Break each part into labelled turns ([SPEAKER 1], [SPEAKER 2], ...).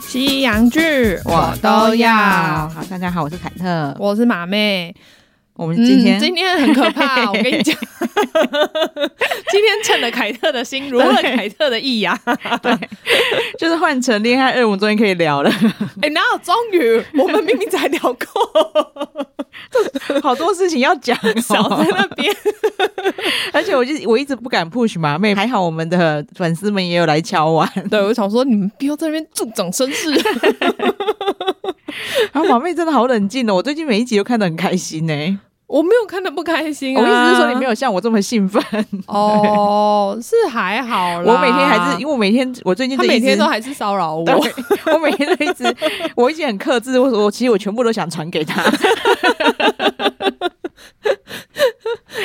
[SPEAKER 1] 西洋剧我都要。
[SPEAKER 2] 好，大家好，我是凯特。
[SPEAKER 1] 我是马妹，
[SPEAKER 2] 我们今天、
[SPEAKER 1] 嗯、今天很可 怕，我跟你讲，今天趁了凯特的心，如了凯特的意呀、啊。
[SPEAKER 2] 对，就是换成恋爱二，我们终于可以聊了。
[SPEAKER 1] 哎、哪有？终于，我们明明才聊过，
[SPEAKER 2] 好多事情要讲、
[SPEAKER 1] 少在
[SPEAKER 2] 哦，
[SPEAKER 1] 那 边。
[SPEAKER 2] 而且我就我一直不敢 push 马妹，还好我们的粉丝们也有来敲 碗。
[SPEAKER 1] 对，我想说你们不要在那边助长声 势。
[SPEAKER 2] 然后马啊妹真的好冷静哦，我最近每一集都看得很开心呢、
[SPEAKER 1] 我没有看的不开心、啊，
[SPEAKER 2] 我意思是说，你没
[SPEAKER 1] 有
[SPEAKER 2] 有像我这么兴奋。
[SPEAKER 1] 哦，是还好啦。
[SPEAKER 2] 我每天还是因为我每天我最近
[SPEAKER 1] 他
[SPEAKER 2] 就一
[SPEAKER 1] 每
[SPEAKER 2] 直
[SPEAKER 1] 天都还是骚扰我，
[SPEAKER 2] 对，我 每天都一直，我一直很克制。我我其实我全部都想传给他，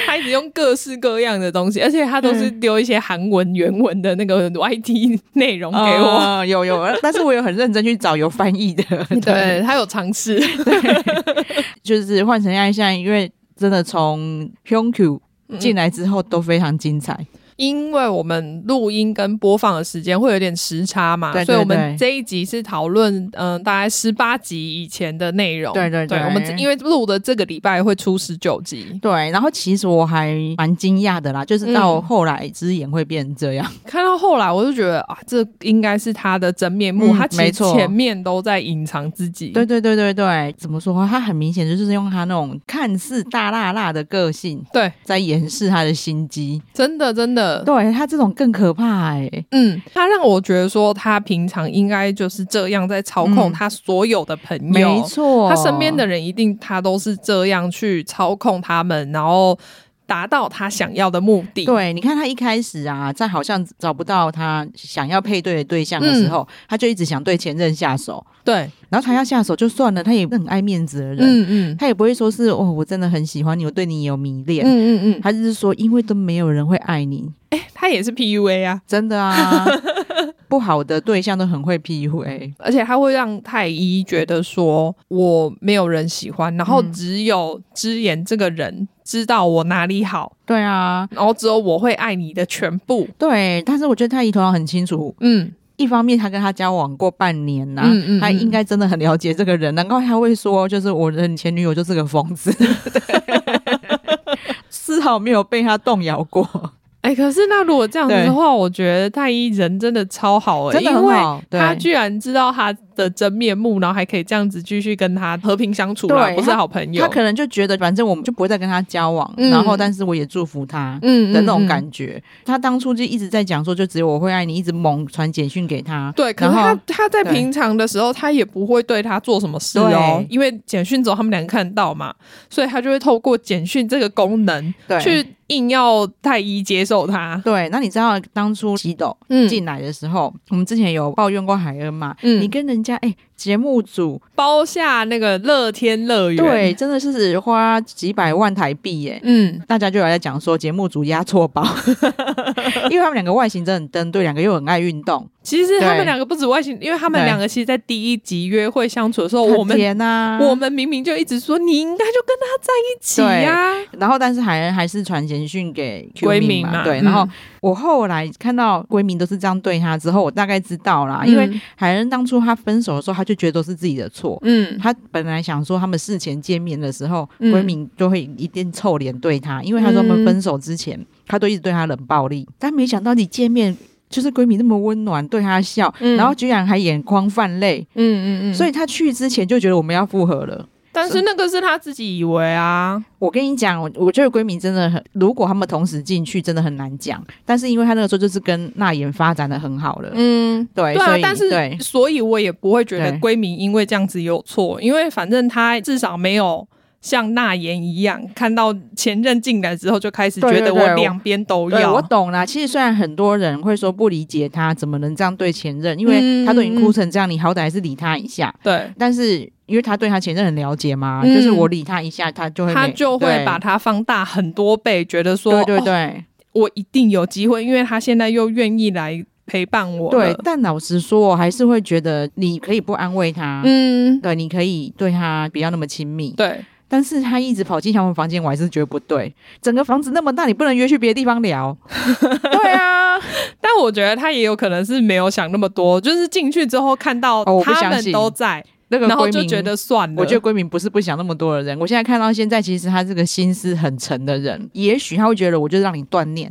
[SPEAKER 1] 他一直用各式各样的东西，而且他都是丢一些韩文原文的那个 YT 内容给我。
[SPEAKER 2] 嗯 有有，但是我有很认真去找有翻译的，
[SPEAKER 1] 哦对他有尝试，
[SPEAKER 2] 就是换成爱像，因为真的从 HYUNQ
[SPEAKER 1] 嗯
[SPEAKER 2] 进来之后都非常精彩，
[SPEAKER 1] 因为我们录音跟播放的时间会有点时差嘛，
[SPEAKER 2] 对对
[SPEAKER 1] 所以我们
[SPEAKER 2] 对
[SPEAKER 1] 这一集是讨论嗯、呃大概十八集以前的内容。
[SPEAKER 2] 对对
[SPEAKER 1] 对，我们这因为录的这个礼拜会出十九集，
[SPEAKER 2] 对，然后其实我还蛮惊讶的啦，就是
[SPEAKER 1] 嗯
[SPEAKER 2] 到后来之眼会变这 样，
[SPEAKER 1] 看到后来我就觉得啊，这应该是他的真面目，
[SPEAKER 2] 嗯
[SPEAKER 1] 他其
[SPEAKER 2] 没
[SPEAKER 1] 实
[SPEAKER 2] 错
[SPEAKER 1] 前面都在隐藏自己。
[SPEAKER 2] 对对对对对，怎么说？他很明显就是用他那种看似大辣辣的个性
[SPEAKER 1] 对，
[SPEAKER 2] 在掩饰他的心机，
[SPEAKER 1] 真的真的，
[SPEAKER 2] 对他这种更可怕哎、
[SPEAKER 1] 嗯，他让我觉得说他平常应该就是这样在操控
[SPEAKER 2] 嗯
[SPEAKER 1] 他所有的朋友，
[SPEAKER 2] 没错，
[SPEAKER 1] 他身边的人一定他都是这样去操控他们，然后达到他想要的目的。
[SPEAKER 2] 对，你看他一开始啊，在好像找不到他想要配对的对象的时候，
[SPEAKER 1] 嗯
[SPEAKER 2] 他就一直想对前任下手，
[SPEAKER 1] 对，
[SPEAKER 2] 然后他要下手就算了，他也是很爱面子的人，
[SPEAKER 1] 嗯嗯
[SPEAKER 2] 他也不会说是哦，我真的很喜欢你，我对你有迷
[SPEAKER 1] 嗯
[SPEAKER 2] 恋，
[SPEAKER 1] 嗯嗯，
[SPEAKER 2] 他就是说因为都没有人会爱你，
[SPEAKER 1] 他也是 PUA 啊，
[SPEAKER 2] 真的 啊，不好的对象都很会 PUA，
[SPEAKER 1] 而且他会让太医觉得说我没有人喜欢，然后
[SPEAKER 2] 嗯
[SPEAKER 1] 只有之言这个人知道我哪里好，
[SPEAKER 2] 对啊。
[SPEAKER 1] 然后只有我会爱你的全部。
[SPEAKER 2] 对，但是我觉得太姨头脑很清楚，
[SPEAKER 1] 嗯，
[SPEAKER 2] 一方面他跟他交往过半年呐、
[SPEAKER 1] 嗯嗯嗯
[SPEAKER 2] 他应该真的很了解这个人，难怪他会说，就是我的前女友就是个疯 子， 丝毫没有被他动摇过，
[SPEAKER 1] 哎、可是那如果这样子
[SPEAKER 2] 对
[SPEAKER 1] 的话，我觉得太医人真的超好哎、
[SPEAKER 2] 真的
[SPEAKER 1] 因
[SPEAKER 2] 很
[SPEAKER 1] 为
[SPEAKER 2] 好。
[SPEAKER 1] 他
[SPEAKER 2] 对，
[SPEAKER 1] 居然知道他的真面目，然后还可以这样子继续跟他和平相处啦，
[SPEAKER 2] 对
[SPEAKER 1] 不是好朋友。
[SPEAKER 2] 他可能就觉得反正我们就不会再跟他交往，
[SPEAKER 1] 嗯
[SPEAKER 2] 然后但是我也祝福他。
[SPEAKER 1] 嗯
[SPEAKER 2] 的那种
[SPEAKER 1] 觉。
[SPEAKER 2] 感觉，他当初就一直在讲说，就只有我会爱你，一直猛传简讯给他。
[SPEAKER 1] 对，可
[SPEAKER 2] 然
[SPEAKER 1] 是
[SPEAKER 2] 后
[SPEAKER 1] 他他在
[SPEAKER 2] 对
[SPEAKER 1] 平常的时候，他也不会对他做什么事哦
[SPEAKER 2] 对，
[SPEAKER 1] 因为简讯只有他们两个看到嘛，所以他就会透过简讯这个功能
[SPEAKER 2] 对
[SPEAKER 1] 去硬要太医接受他。
[SPEAKER 2] 对，那你知道当初喜斗
[SPEAKER 1] 嗯
[SPEAKER 2] 进来的时候，我们之前有抱怨过海恩嘛？
[SPEAKER 1] 嗯
[SPEAKER 2] 你跟人家哎节、目组
[SPEAKER 1] 包下那个乐天乐园，
[SPEAKER 2] 对，，真的是花几百万台币耶。
[SPEAKER 1] 嗯，
[SPEAKER 2] 大家就有在讲说节目组压错包， 因为他们两个外形真的很登对，两个又很爱运动，
[SPEAKER 1] 其实他
[SPEAKER 2] 对
[SPEAKER 1] 们两个不止外形，因为他们
[SPEAKER 2] 对
[SPEAKER 1] 两个其实，在第一集约会相处的时候，哦我
[SPEAKER 2] 很
[SPEAKER 1] 们。
[SPEAKER 2] 甜啊。
[SPEAKER 1] 我们明明就一直说你应该就跟他在一起呀、
[SPEAKER 2] 然后但是海恩还是传简讯给 Q
[SPEAKER 1] 闺
[SPEAKER 2] 蜜
[SPEAKER 1] 蜜嘛
[SPEAKER 2] 对。
[SPEAKER 1] 嗯
[SPEAKER 2] 然后我后来看到闺蜜都是这样对她之后，我大概知道啦，啊因为
[SPEAKER 1] 嗯
[SPEAKER 2] 海恩当初她分手的时候，她就觉得都是自己的错。
[SPEAKER 1] 嗯，
[SPEAKER 2] 她本来想说，他们事前见面的时候，
[SPEAKER 1] 嗯
[SPEAKER 2] 闺蜜就会一定臭脸对她，因为她说他们分手之前，她都一直对她冷暴力，但没想到你见面就是闺蜜那么温暖，对她笑，
[SPEAKER 1] 嗯
[SPEAKER 2] 然后居然还眼眶泛泪，
[SPEAKER 1] 嗯嗯嗯，
[SPEAKER 2] 所
[SPEAKER 1] 所以
[SPEAKER 2] 以她去之前就觉得我们要复合了。
[SPEAKER 1] 但是那个是他自己以为啊，
[SPEAKER 2] 我跟你讲，我我觉得闺蜜真的很，如果他们同时进去，真的很难讲。但是因为她那个时候就是跟那言发展的很好了，
[SPEAKER 1] 嗯，
[SPEAKER 2] 对，
[SPEAKER 1] 对
[SPEAKER 2] 所
[SPEAKER 1] 啊
[SPEAKER 2] 以，
[SPEAKER 1] 但是
[SPEAKER 2] 对
[SPEAKER 1] 所以我也不会觉得
[SPEAKER 2] 对
[SPEAKER 1] 闺蜜因为这样子有错，因为反正她至少没有像那言一样，看到前任进来之后就开始
[SPEAKER 2] 对
[SPEAKER 1] 觉
[SPEAKER 2] 对
[SPEAKER 1] 得
[SPEAKER 2] 对
[SPEAKER 1] 我
[SPEAKER 2] 我
[SPEAKER 1] 两边都
[SPEAKER 2] 对，
[SPEAKER 1] 要。
[SPEAKER 2] 我懂啦。其实虽然很多人会说不理解她怎么能这样对前任，因为
[SPEAKER 1] 嗯
[SPEAKER 2] 她都已经哭成这样，你好歹还是理她一下。
[SPEAKER 1] 对
[SPEAKER 2] 但是因为她对她前任很了解嘛，
[SPEAKER 1] 嗯
[SPEAKER 2] 就是我理她一下，她就会没
[SPEAKER 1] 她就会
[SPEAKER 2] 对
[SPEAKER 1] 把它放大很多倍，觉得说，
[SPEAKER 2] 对对
[SPEAKER 1] 哦
[SPEAKER 2] 对、
[SPEAKER 1] 我一定有机会，因为她现在又愿意来陪伴我了
[SPEAKER 2] 对。但老实说，我还是会觉得你可以不安慰她，
[SPEAKER 1] 嗯，
[SPEAKER 2] 对，你可以对她不要那么亲密，
[SPEAKER 1] 对，
[SPEAKER 2] 但是他一直跑进他们房间，我还 是觉得不对。整个房子那么大，你不能约去别的地方聊。对啊，
[SPEAKER 1] 但我觉得他也有可能是没有想那么多，就是进去之后看到
[SPEAKER 2] 哦我不
[SPEAKER 1] 他
[SPEAKER 2] 相
[SPEAKER 1] 们
[SPEAKER 2] 信
[SPEAKER 1] 都在，
[SPEAKER 2] 那个
[SPEAKER 1] 然后
[SPEAKER 2] 闺
[SPEAKER 1] 就
[SPEAKER 2] 蜜
[SPEAKER 1] 觉得算了。
[SPEAKER 2] 我觉得闺蜜不是不想那么多的人，我现在看到现在，其实她是个心思很沉的人。也许她会觉得我就让你锻炼，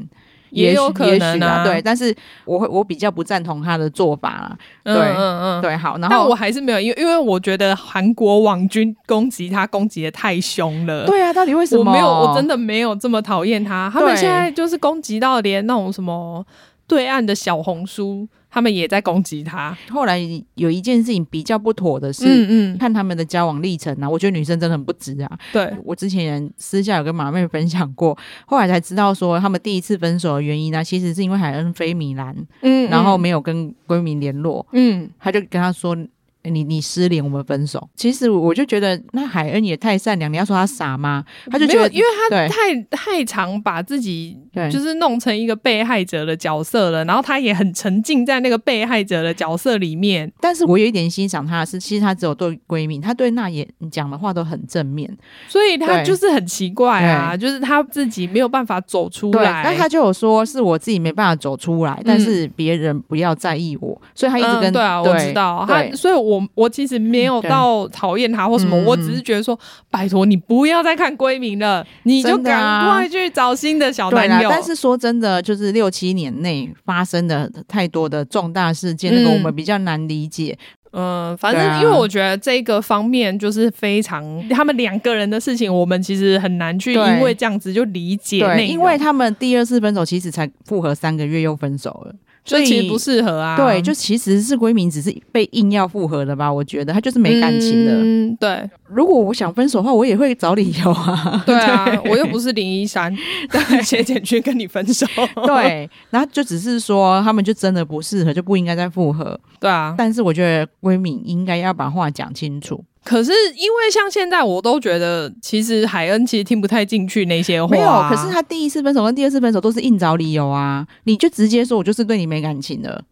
[SPEAKER 1] 也
[SPEAKER 2] 也许
[SPEAKER 1] 有可
[SPEAKER 2] 也许
[SPEAKER 1] 能
[SPEAKER 2] 啦
[SPEAKER 1] 啊
[SPEAKER 2] 对。但是我会我比较不赞同她的做法啦。
[SPEAKER 1] 嗯
[SPEAKER 2] 对
[SPEAKER 1] 嗯嗯。
[SPEAKER 2] 对，好，然
[SPEAKER 1] 但
[SPEAKER 2] 后
[SPEAKER 1] 我还是没有，因为因为我觉得韩国网军攻击他攻击的太凶了。
[SPEAKER 2] 对啊，到底为什
[SPEAKER 1] 我
[SPEAKER 2] 么？
[SPEAKER 1] 没有，我真
[SPEAKER 2] 的
[SPEAKER 1] 的没有这么讨厌他。他们
[SPEAKER 2] 对
[SPEAKER 1] 现在就是攻击到连那种什么对岸的小红书，他们也在攻击他。
[SPEAKER 2] 后来有一件事情比较不妥的是。
[SPEAKER 1] 嗯嗯，
[SPEAKER 2] 看他们的交往历程啊，我觉得女生真的很不值啊。
[SPEAKER 1] 对，
[SPEAKER 2] 我之前私下有跟马妹分享过，后来才知道说他们第一次分手的原因呢、其实是因为海恩飞米兰，
[SPEAKER 1] 嗯
[SPEAKER 2] 然后没有跟闺蜜联络，
[SPEAKER 1] 嗯
[SPEAKER 2] 他就跟他说：“欸你你失联，我们分手。”其实我就觉得，那海恩也太善良，你要说他傻吗？他就
[SPEAKER 1] 没
[SPEAKER 2] 觉
[SPEAKER 1] 有，
[SPEAKER 2] 得
[SPEAKER 1] 因为他
[SPEAKER 2] 对
[SPEAKER 1] 太太常把自己
[SPEAKER 2] 对，
[SPEAKER 1] 就是弄成一个被害者的角色了，然后他也很沉浸在那个被害者的角色里面。
[SPEAKER 2] 但是我有一点欣赏他的是，其实他只有对闺蜜，他对那也讲的话都很正面。
[SPEAKER 1] 所以他
[SPEAKER 2] 对
[SPEAKER 1] 就是很奇怪啊，就是他自己没有办法走出
[SPEAKER 2] 对，
[SPEAKER 1] 来。
[SPEAKER 2] 那他就有说是我自己没办法走出来，但是别人不要在意我，所以他一直
[SPEAKER 1] 嗯
[SPEAKER 2] 跟
[SPEAKER 1] 对啊，我知道他
[SPEAKER 2] 对，
[SPEAKER 1] 所以我我其实没有到讨厌他或什么，
[SPEAKER 2] 嗯
[SPEAKER 1] 我只是觉得说，拜托你不要再看闺蜜了，你就
[SPEAKER 2] 真的啊
[SPEAKER 1] 赶快去找新的小
[SPEAKER 2] 对啦
[SPEAKER 1] 男，友。
[SPEAKER 2] 但是说真的，就是六七年内发生的太多的重大事件，那个
[SPEAKER 1] 嗯
[SPEAKER 2] 我们比较难理解。
[SPEAKER 1] 嗯，反正
[SPEAKER 2] 对啊
[SPEAKER 1] 因为我觉得这个方面就是非常他们两个人的事情，我们其实很难去
[SPEAKER 2] 对
[SPEAKER 1] 因为这样子就理解内
[SPEAKER 2] 对，
[SPEAKER 1] 容
[SPEAKER 2] 因为他们第二次分手其实才复合三个月又分手了，
[SPEAKER 1] 就
[SPEAKER 2] 所以
[SPEAKER 1] 其实不适合啊。
[SPEAKER 2] 对，就其实是闺蜜只是被硬要复合的吧？我觉得他就是没感情的。
[SPEAKER 1] 嗯，对
[SPEAKER 2] 如果我想分手的话，我也会找理由 啊。
[SPEAKER 1] 对啊，我又不是林 一山， 写简讯跟你分手。
[SPEAKER 2] 对，然后就只是说他们就真的不适合，就不应该再复合。
[SPEAKER 1] 对啊，
[SPEAKER 2] 但是我觉得闺蜜应该要把话讲清楚。
[SPEAKER 1] 可是因为像现在，我都觉得其实海恩其实听不太进去那些话啊。
[SPEAKER 2] 没有，可是他第一次分手跟第二次分手都是硬找理由啊，你就直接说我就是对你没感情了。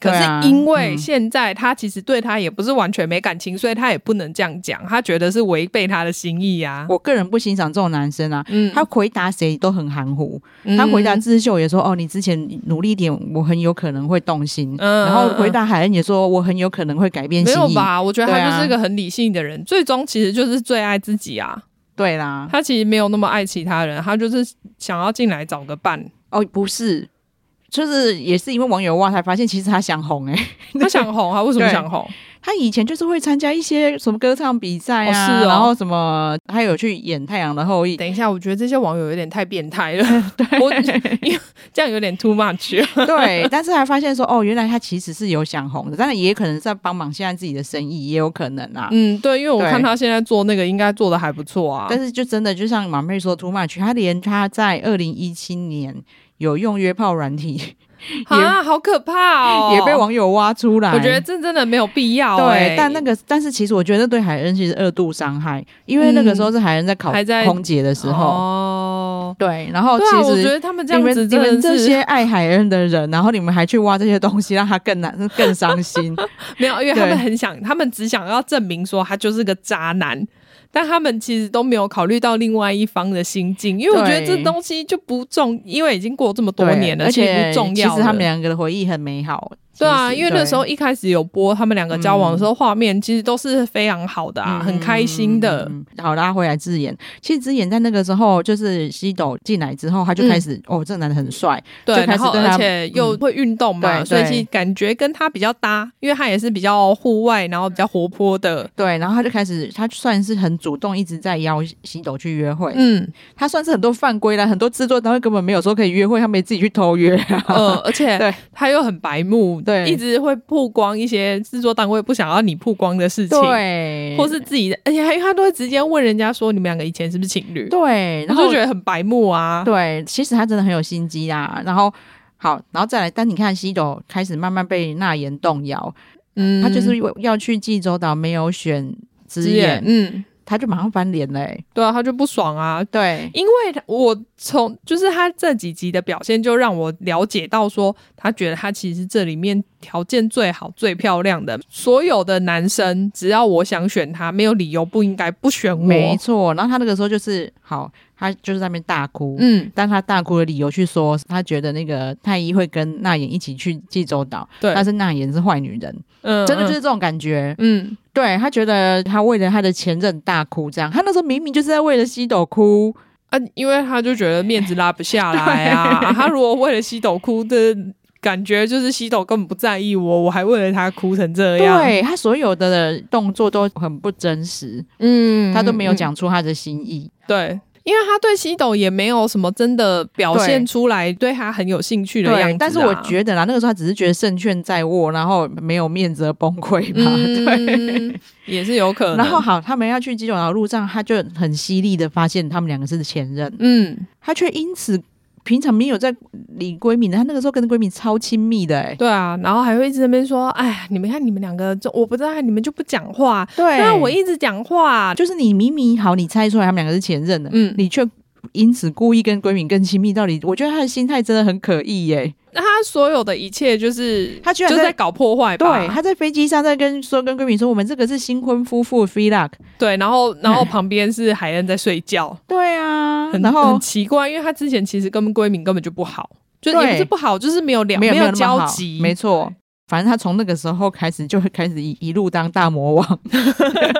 [SPEAKER 1] 可
[SPEAKER 2] 对啊
[SPEAKER 1] 是因为
[SPEAKER 2] 嗯
[SPEAKER 1] 现在他其实对他也不是完全没感情，所以他也不能这样讲，他觉得是违背他的心意啊。
[SPEAKER 2] 我个人不欣赏这种男生啊。
[SPEAKER 1] 嗯
[SPEAKER 2] 他回答谁都很含糊，
[SPEAKER 1] 嗯
[SPEAKER 2] 他回答智秀也说：“哦，你之前努力一点，我很有可能会动心。
[SPEAKER 1] 嗯
[SPEAKER 2] 然后
[SPEAKER 1] 嗯
[SPEAKER 2] 回答海恩也说：“我很有可能会改变
[SPEAKER 1] 没
[SPEAKER 2] 心
[SPEAKER 1] 有
[SPEAKER 2] 意。
[SPEAKER 1] 吧？我觉得
[SPEAKER 2] 对
[SPEAKER 1] 他
[SPEAKER 2] 啊
[SPEAKER 1] 就是一个很理性的人，最终其实就是最爱自己啊。”
[SPEAKER 2] 对啦，
[SPEAKER 1] 他其实没有那么爱其他人，他就是想要进来找个 伴，
[SPEAKER 2] 哦，不是，就是也是因为网友哇才发现，其实他想红哎、
[SPEAKER 1] 他想红啊，为什么
[SPEAKER 2] 对
[SPEAKER 1] 想红？
[SPEAKER 2] 他以前就是会参加一些什么歌唱比赛啊，
[SPEAKER 1] 哦是哦
[SPEAKER 2] 然后什么还有去演《太阳的后裔》。
[SPEAKER 1] 等一下，我觉得这些网友有点太变态了， 我因为这样有点 too much。
[SPEAKER 2] 对，但是还发现说，哦，原来他其实是有想红的，当然也可能是在帮忙现在自己的生意，也有可能啊。
[SPEAKER 1] 嗯，对，因为我
[SPEAKER 2] 对
[SPEAKER 1] 看他现在做那个，应该做的还不错啊。
[SPEAKER 2] 但是就真的就像马妹说，too much，他连他在二零一七年有用约炮软体、
[SPEAKER 1] 啊，好可怕哦！
[SPEAKER 2] 也被网友挖出来，
[SPEAKER 1] 我觉得这真的没有必要、
[SPEAKER 2] 对
[SPEAKER 1] 哎，
[SPEAKER 2] 但那个，但是其实我觉得对海恩其实二度伤害，因为那个时候是海恩在考
[SPEAKER 1] 嗯还在
[SPEAKER 2] 空姐的时候，
[SPEAKER 1] 哦，
[SPEAKER 2] 对，然后
[SPEAKER 1] 对啊，我
[SPEAKER 2] 其
[SPEAKER 1] 觉
[SPEAKER 2] 实
[SPEAKER 1] 得他们这
[SPEAKER 2] 你
[SPEAKER 1] 样
[SPEAKER 2] 们
[SPEAKER 1] 子
[SPEAKER 2] 你们
[SPEAKER 1] 真
[SPEAKER 2] 这
[SPEAKER 1] 的是
[SPEAKER 2] 些爱海恩的人，然后你们还去挖这些东西，让他更难更伤心，
[SPEAKER 1] 没有，因为他
[SPEAKER 2] 对
[SPEAKER 1] 们很想，他们只想要证明说他就是个渣男。但他们其实都没有考虑到另外一方的心境，因为我觉得这
[SPEAKER 2] 对
[SPEAKER 1] 东西就不重，因为已经过这么多
[SPEAKER 2] 对
[SPEAKER 1] 年了，
[SPEAKER 2] 而
[SPEAKER 1] 其实
[SPEAKER 2] 且
[SPEAKER 1] 不重要
[SPEAKER 2] 其
[SPEAKER 1] 了。
[SPEAKER 2] 实他们两个的回忆很美好，
[SPEAKER 1] 对啊，
[SPEAKER 2] 其实
[SPEAKER 1] 因为那时候
[SPEAKER 2] 对嗯
[SPEAKER 1] 一开始有播他们两个交往的时候，画面其实都是非常好的啊，很开心的。
[SPEAKER 2] 嗯好拉回来智妍，其实智妍在那个时候就是西斗进来之后，他就开
[SPEAKER 1] 嗯
[SPEAKER 2] 始、哦，这个男的很帅，
[SPEAKER 1] 对
[SPEAKER 2] 就，开
[SPEAKER 1] 然
[SPEAKER 2] 始
[SPEAKER 1] 后
[SPEAKER 2] 对他嗯
[SPEAKER 1] 而且又会运动嘛，
[SPEAKER 2] 对
[SPEAKER 1] 所以
[SPEAKER 2] 对
[SPEAKER 1] 其实感觉跟他比较搭，因为他也是比较户外，然后比较活泼的。
[SPEAKER 2] 对，然后他就开始，他算是很主动，一直在邀西斗去约会。
[SPEAKER 1] 嗯，
[SPEAKER 2] 他算是很多犯规啦，很多制作单位根本没有说可以约会，他们也自己去偷约、啊。
[SPEAKER 1] 呃，而且
[SPEAKER 2] 对
[SPEAKER 1] 他又很白目，
[SPEAKER 2] 对
[SPEAKER 1] 一直会曝光一些制作单位不想要你曝光的事情，
[SPEAKER 2] 对，
[SPEAKER 1] 或是自己的，而且他他都会直接问人家说你们两个以前是不是情侣，
[SPEAKER 2] 对，
[SPEAKER 1] 然
[SPEAKER 2] 然
[SPEAKER 1] 后就
[SPEAKER 2] 后
[SPEAKER 1] 觉得很白目啊。
[SPEAKER 2] 对，其实他真的很有心机啦。然后好，然后再来，但你看西斗开始慢慢被那言动摇，
[SPEAKER 1] 嗯
[SPEAKER 2] 他就是要去济州岛，没有选直
[SPEAKER 1] 直
[SPEAKER 2] 演，，
[SPEAKER 1] 言嗯，
[SPEAKER 2] 他就马上翻脸欸嘞、
[SPEAKER 1] 对啊，他就不爽啊，
[SPEAKER 2] 对，
[SPEAKER 1] 因为他我从就是他这几集的表现，就让我了解到说，他觉得他其实这里面条件最好、最漂亮的所有的男生，只要我想选他，没有理由不应该不选我。
[SPEAKER 2] 没错。然后他那个时候就是好，她就是在那边大哭。
[SPEAKER 1] 嗯，
[SPEAKER 2] 但她大哭的理由去说，她觉得那个太医会跟那妍一起去济州岛，
[SPEAKER 1] 对，
[SPEAKER 2] 但是那妍是坏女人，
[SPEAKER 1] 嗯，
[SPEAKER 2] 真的就是这种感觉。
[SPEAKER 1] 嗯，
[SPEAKER 2] 对她觉得她为了她的前任大哭，这样她那时候明明就是在为了西斗哭，
[SPEAKER 1] 嗯啊，因为他就觉得面子拉不下来啊， 啊他如果为了西斗哭的感觉，就是西斗根本不在意我，我还为了他哭成这样，，
[SPEAKER 2] 对她所有的动作都很不真实，
[SPEAKER 1] 嗯
[SPEAKER 2] 她都没有
[SPEAKER 1] 嗯
[SPEAKER 2] 讲出她的心意。
[SPEAKER 1] 对，因为他对西斗也没有什么真的表
[SPEAKER 2] 对
[SPEAKER 1] 现出来对他很有兴趣的样
[SPEAKER 2] 对
[SPEAKER 1] 子、啊。，
[SPEAKER 2] 但是我觉得啦，那个时候她只是觉得胜券在握，然后没有面子而崩溃吧。 对。
[SPEAKER 1] 嗯， 也是有可能。
[SPEAKER 2] 然后，好，他们要去基隆岛路上，他就很犀利的发现他们两个是前任，
[SPEAKER 1] 嗯，
[SPEAKER 2] 他却因此平常没有在理闺蜜的，他那个时候跟闺蜜超亲密的、欸，
[SPEAKER 1] 对啊，然后还会一直在那边说：“哎，你们看你们两个，就我不知道你们就不讲话，
[SPEAKER 2] 对
[SPEAKER 1] 那我一直讲话。
[SPEAKER 2] 就是你明明好，你猜出来他们两个是前任的，
[SPEAKER 1] 嗯
[SPEAKER 2] 你却因此故意跟闺蜜更亲密，到底我觉得他的心态真的很可疑耶、”
[SPEAKER 1] 那他所有的一切就是
[SPEAKER 2] 他居然
[SPEAKER 1] 就
[SPEAKER 2] 在
[SPEAKER 1] 在搞破坏吧？
[SPEAKER 2] 对，啊他在飞机上在跟说跟闺蜜说，我们这个是新婚夫妇 free luck，
[SPEAKER 1] 对 然后然后旁边是海恩在睡觉，
[SPEAKER 2] 对啊，
[SPEAKER 1] 很
[SPEAKER 2] 然后
[SPEAKER 1] 很奇怪，因为他之前其实跟闺蜜根本就不好，就也
[SPEAKER 2] 对
[SPEAKER 1] 不是不好，就是没有两
[SPEAKER 2] 没有
[SPEAKER 1] 有
[SPEAKER 2] 那么
[SPEAKER 1] 交
[SPEAKER 2] 好
[SPEAKER 1] 集，
[SPEAKER 2] 没错。反正他从那个时候开始就会开始一一路当大魔王。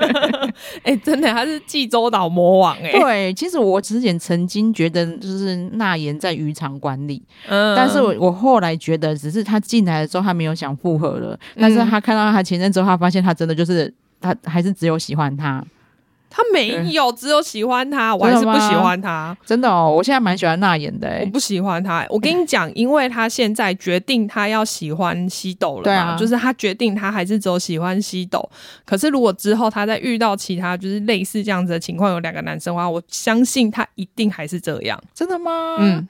[SPEAKER 1] 哎、真的，他是济州岛魔王哎、
[SPEAKER 2] 对，其实我之前曾经觉得就是那言在渔场管理，
[SPEAKER 1] 嗯
[SPEAKER 2] 但是我我后来觉得，只是他进来的时候他没有想复合了，但
[SPEAKER 1] 嗯
[SPEAKER 2] 是他看到他前任之后，他发现他真的就是他还是只有喜欢他，
[SPEAKER 1] 他没有，只有喜欢他，我还是
[SPEAKER 2] 真
[SPEAKER 1] 不
[SPEAKER 2] 的吗
[SPEAKER 1] 喜欢他，
[SPEAKER 2] 真的哦，我现在蛮喜欢那言的、
[SPEAKER 1] 我
[SPEAKER 2] 欸，
[SPEAKER 1] 不喜欢他。我
[SPEAKER 2] 哎
[SPEAKER 1] 跟你讲，因为他现在决定他要喜欢西斗了嘛，
[SPEAKER 2] 对啊
[SPEAKER 1] 就是他决定他还是只有喜欢西斗。可是如果之后他再遇到其他就是类似这样子的情况，有两个男生的话，我相信他一定还是这样，
[SPEAKER 2] 真的吗？
[SPEAKER 1] 嗯，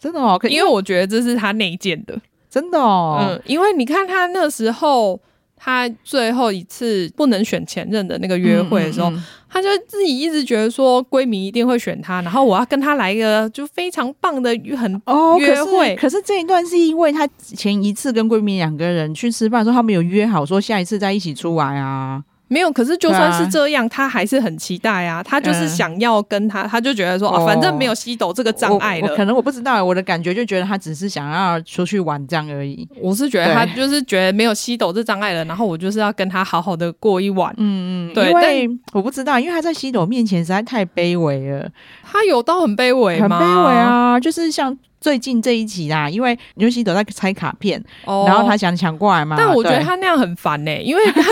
[SPEAKER 2] 真的哦，可
[SPEAKER 1] 因为我觉得这是他内建的。
[SPEAKER 2] 真的哦，
[SPEAKER 1] 嗯，因为你看他那时候。他最后一次不能选前任的那个约会的时候，
[SPEAKER 2] 嗯嗯嗯
[SPEAKER 1] 她就自己一直觉得说闺蜜一定会选她，然后我要跟她来一个就非常棒的很
[SPEAKER 2] 哦，可是
[SPEAKER 1] 约会
[SPEAKER 2] 可是这一段是因为她前一次跟闺蜜两个人去吃饭的时候，他们有约好说下一次再一起出来啊。
[SPEAKER 1] 没有。可是就算是这样，她还是很期待啊，她就是想要跟她，她就觉得说哦，
[SPEAKER 2] 哦
[SPEAKER 1] 反正没有西斗这个障碍
[SPEAKER 2] 我我可
[SPEAKER 1] 了。
[SPEAKER 2] 能我不知道，我的感觉就觉得她只是想要出去玩这样而已。
[SPEAKER 1] 我是觉得她就是觉得没有西斗这障碍了，然后我就是要跟她好好的过一晚。
[SPEAKER 2] 嗯
[SPEAKER 1] 对
[SPEAKER 2] 因为我不知道，因为她在西斗面前实在太卑微了，
[SPEAKER 1] 她有到很卑微
[SPEAKER 2] 很
[SPEAKER 1] 吗？
[SPEAKER 2] 卑微！啊。就是像最近这一集啦，因为因为西斗在拆卡片，
[SPEAKER 1] 哦
[SPEAKER 2] 然后她想抢过来嘛。
[SPEAKER 1] 但我觉得
[SPEAKER 2] 对
[SPEAKER 1] 他那样很烦呢、因为 他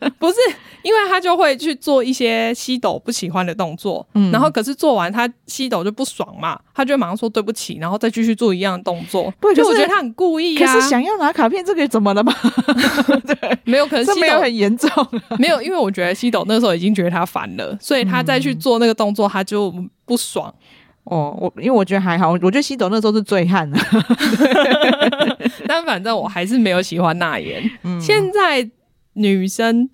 [SPEAKER 1] 他不是，因为他就会去做一些西斗不喜欢的动作，
[SPEAKER 2] 嗯
[SPEAKER 1] 然后可是做完他西斗就不爽嘛，他就会马上说对不起，然后再继续做一样的动作。
[SPEAKER 2] 对
[SPEAKER 1] 就
[SPEAKER 2] 可
[SPEAKER 1] 我
[SPEAKER 2] 是
[SPEAKER 1] 觉得他很故意啊
[SPEAKER 2] 可
[SPEAKER 1] 呀、
[SPEAKER 2] 是想要拿卡片这个怎么了嘛？
[SPEAKER 1] 没有，可能
[SPEAKER 2] 这
[SPEAKER 1] 西
[SPEAKER 2] 没有
[SPEAKER 1] 斗
[SPEAKER 2] 很严重。
[SPEAKER 1] 没有，因为我觉得西斗那时候已经觉得他烦了，所以他再去做那个动作，他就不爽。
[SPEAKER 2] 哦，我因为我觉得还好，我觉得西斗那时候是醉汉啊。嗯
[SPEAKER 1] 但反正我还是没有喜欢那言。现在女生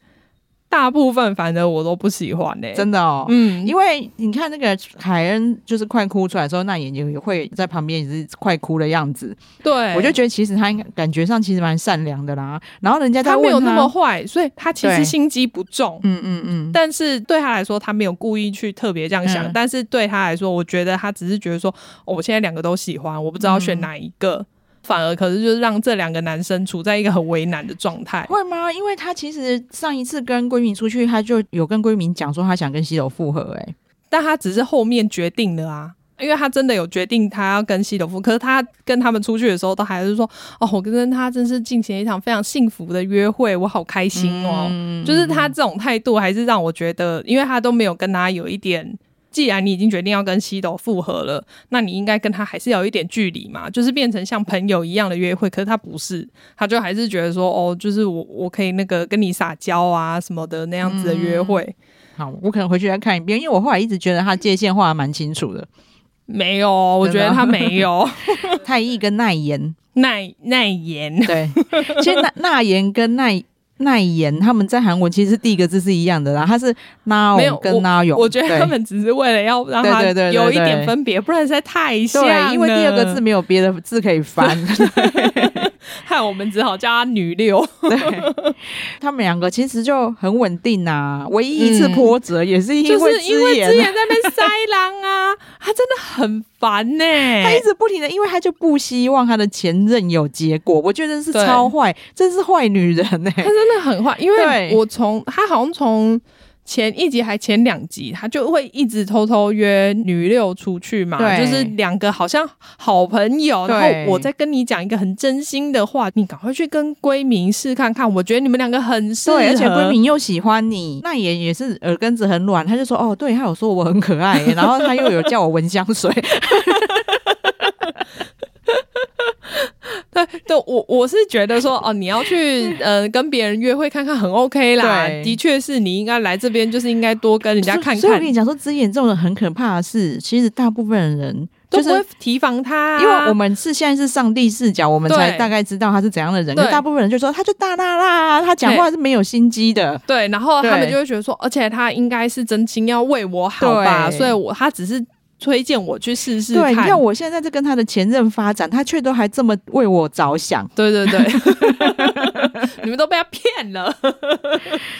[SPEAKER 1] 大部分反正我都不喜欢呢、
[SPEAKER 2] 真的哦。
[SPEAKER 1] 嗯，
[SPEAKER 2] 因为你看那个凯恩，就是快哭出来的时候，那也也会在旁边也是快哭的样子。
[SPEAKER 1] 对，
[SPEAKER 2] 我就觉得其实他应该感觉上其实蛮善良的啦。然后人家在
[SPEAKER 1] 他
[SPEAKER 2] 问
[SPEAKER 1] 没有那么坏，所以他其实
[SPEAKER 2] 对
[SPEAKER 1] 心机不重。
[SPEAKER 2] 嗯嗯嗯，
[SPEAKER 1] 但是对他来说，他没有故意去特别这样想。
[SPEAKER 2] 嗯
[SPEAKER 1] 但是对他来说，我觉得他只是觉得说，哦、我现在两个都喜欢，我不知道
[SPEAKER 2] 嗯
[SPEAKER 1] 选哪一个，反而可是就是让这两个男生处在一个很为难的状态。
[SPEAKER 2] 会吗？因为她其实上一次跟闺蜜出去，她就有跟闺蜜讲说她想跟西斗复合、欸，
[SPEAKER 1] 但他只是后面决定了啊，因为他真的有决定他要跟西德夫，可是他跟他们出去的时候，都还是说，哦，我跟他真是进行一场非常幸福的约会，我好开心哦。
[SPEAKER 2] 嗯
[SPEAKER 1] 就是他这种态度，还是让我觉得，因为他都没有跟他有一点，既然你已经决定要跟西斗复合了，那你应该跟他还是要有一点距离嘛，就是变成像朋友一样的约会。可是他不是，他就还是觉得说，哦，就是我我可以那个跟你撒娇啊什么的那样子的约会，
[SPEAKER 2] 好，我可能回去再看一遍，因为我后来一直觉得她界限画的蛮清楚的。
[SPEAKER 1] 没有，我觉得他没有
[SPEAKER 2] 太义跟奈妍，
[SPEAKER 1] 耐耐言。
[SPEAKER 2] 对，其实奈奈妍跟奈。奈妍他们在韩文其实第一个字是一样的啦，他是 na
[SPEAKER 1] 没有
[SPEAKER 2] 勇跟 na 勇，
[SPEAKER 1] 我觉得
[SPEAKER 2] 对
[SPEAKER 1] 他们只是为了要让他
[SPEAKER 2] 对对对对
[SPEAKER 1] 有一
[SPEAKER 2] 对
[SPEAKER 1] 点分别，不然实在太像
[SPEAKER 2] 对，因为第二个
[SPEAKER 1] 了
[SPEAKER 2] 字没有别的字可以翻，
[SPEAKER 1] 害我们只好叫她女六。
[SPEAKER 2] 对，他们两个其实就很稳定呐、唯一一次波折也是 因
[SPEAKER 1] 嗯就是因
[SPEAKER 2] 之
[SPEAKER 1] 为
[SPEAKER 2] 言
[SPEAKER 1] 之。前在那边塞狼啊，他真的很烦呢、
[SPEAKER 2] 他一直不停的，因为他就不希望他的前任有结果，我觉得是
[SPEAKER 1] 对
[SPEAKER 2] 超坏，真是坏女人哎、
[SPEAKER 1] 他真的很坏，因为
[SPEAKER 2] 对
[SPEAKER 1] 我从他好像从前一集还前两集，他就会一直偷偷约女六出去嘛，
[SPEAKER 2] 对
[SPEAKER 1] 就是两个好像好朋友，
[SPEAKER 2] 对
[SPEAKER 1] 然后我再跟你讲一个很真心的话，你赶快去跟闺蜜试看看，我觉得你们两个很适合，
[SPEAKER 2] 对，而且闺蜜又喜欢你，那也也是耳根子很软，他就说哦，对，他有说我很可爱、欸 然后他又有叫我闻香水，
[SPEAKER 1] 对对，我我是觉得说哦，你要 去呃跟别人约会看看很 OK 啦，
[SPEAKER 2] 对
[SPEAKER 1] 的确是你应该来这边就是应该多 跟人家看
[SPEAKER 2] 所以我
[SPEAKER 1] 看
[SPEAKER 2] 跟，你讲说，之眼这种人很可怕的是，其实大部分人
[SPEAKER 1] 都
[SPEAKER 2] 就
[SPEAKER 1] 不
[SPEAKER 2] 是
[SPEAKER 1] 会提防他啊、
[SPEAKER 2] 因为我们是现在是上帝视角，我们才
[SPEAKER 1] 对
[SPEAKER 2] 大概知道他是怎样的人。
[SPEAKER 1] 对
[SPEAKER 2] 可大部分人就说他就大大啦，他讲话是没有心机的。
[SPEAKER 1] 对，然后他们
[SPEAKER 2] 对
[SPEAKER 1] 就会觉得说，而且他应该是真心要为我好吧，
[SPEAKER 2] 对
[SPEAKER 1] 所以我他只是推荐我去试试
[SPEAKER 2] 对，你
[SPEAKER 1] 看。
[SPEAKER 2] 看我现在在跟他的前任发展，他却都还这么为我着想。
[SPEAKER 1] 对 对对，你们都被他骗了。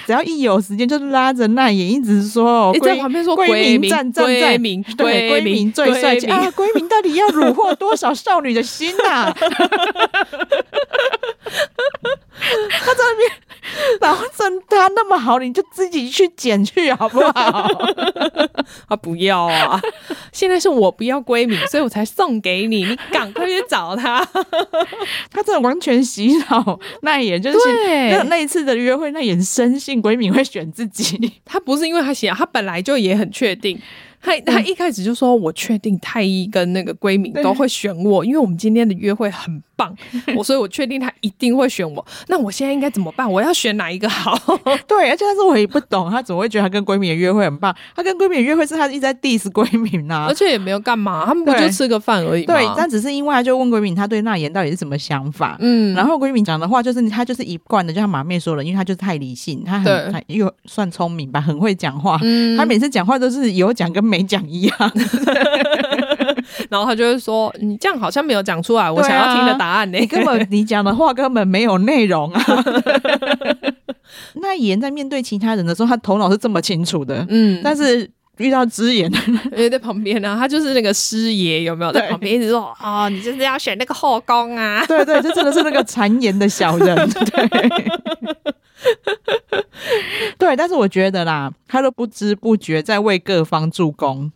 [SPEAKER 2] 只要一有时间，就拉着那也一直说
[SPEAKER 1] 你在
[SPEAKER 2] 闺
[SPEAKER 1] 旁边说
[SPEAKER 2] 闺
[SPEAKER 1] 闺
[SPEAKER 2] 民
[SPEAKER 1] 蜜，
[SPEAKER 2] 站站在
[SPEAKER 1] 闺蜜，
[SPEAKER 2] 对闺蜜
[SPEAKER 1] 蜜
[SPEAKER 2] 最帅气
[SPEAKER 1] 闺蜜
[SPEAKER 2] 啊！闺蜜到底要虏获多少少女的心呐、 他在那边，然后真他那么好，你就自己去捡去好不好？
[SPEAKER 1] 啊，不要啊！现在是我不要闺蜜，所以我才送给你，你赶快去找他。
[SPEAKER 2] 他真的完全洗脑那也 就是
[SPEAKER 1] 对
[SPEAKER 2] 那那一次的约会，那也深信闺蜜会选自己。
[SPEAKER 1] 他不是因为他写，他本来就也很确定。他
[SPEAKER 2] 嗯
[SPEAKER 1] 他一开始就说：“我确定太医跟那个闺蜜都会选我，因为我们今天的约会很 棒，我所以我确定他一定会选我。那我现在应该怎么办？我要选哪一个 好？
[SPEAKER 2] 对，而且但是我也不懂，她怎么会觉得她跟闺蜜的约会很棒？她跟闺蜜的约会是她一直在 diss 闺蜜呐、
[SPEAKER 1] 而且也没有干嘛，他们不就
[SPEAKER 2] 对
[SPEAKER 1] 吃个饭而已吗？
[SPEAKER 2] 对，但只是因为她就问闺蜜，她对那言到底是什么想法？
[SPEAKER 1] 嗯，
[SPEAKER 2] 然后闺蜜讲的话就是，她就是一贯的，就像马妹说的，因为她就是太理性，她
[SPEAKER 1] 对
[SPEAKER 2] 很她又算聪明吧，很会讲话。
[SPEAKER 1] 嗯
[SPEAKER 2] 她每次讲话都是有讲跟没讲一样，
[SPEAKER 1] 然后他就会说：你这样好像没有讲出来我
[SPEAKER 2] 对啊
[SPEAKER 1] 想要听的答案呢、
[SPEAKER 2] 你根本你讲的话根本没有内容啊。那言在面对其他人的时候，他头脑是这么清楚的，
[SPEAKER 1] 嗯，
[SPEAKER 2] 但是遇到之言，
[SPEAKER 1] 因为在旁边呢、啊，他就是那个师爷，有没有
[SPEAKER 2] 对
[SPEAKER 1] 在旁边一直说哦，你就是要选那个后宫啊？
[SPEAKER 2] 对对，这真的是那个谗言的小 人，对。对，但是我觉得啦，他都不知不觉在为各方助攻。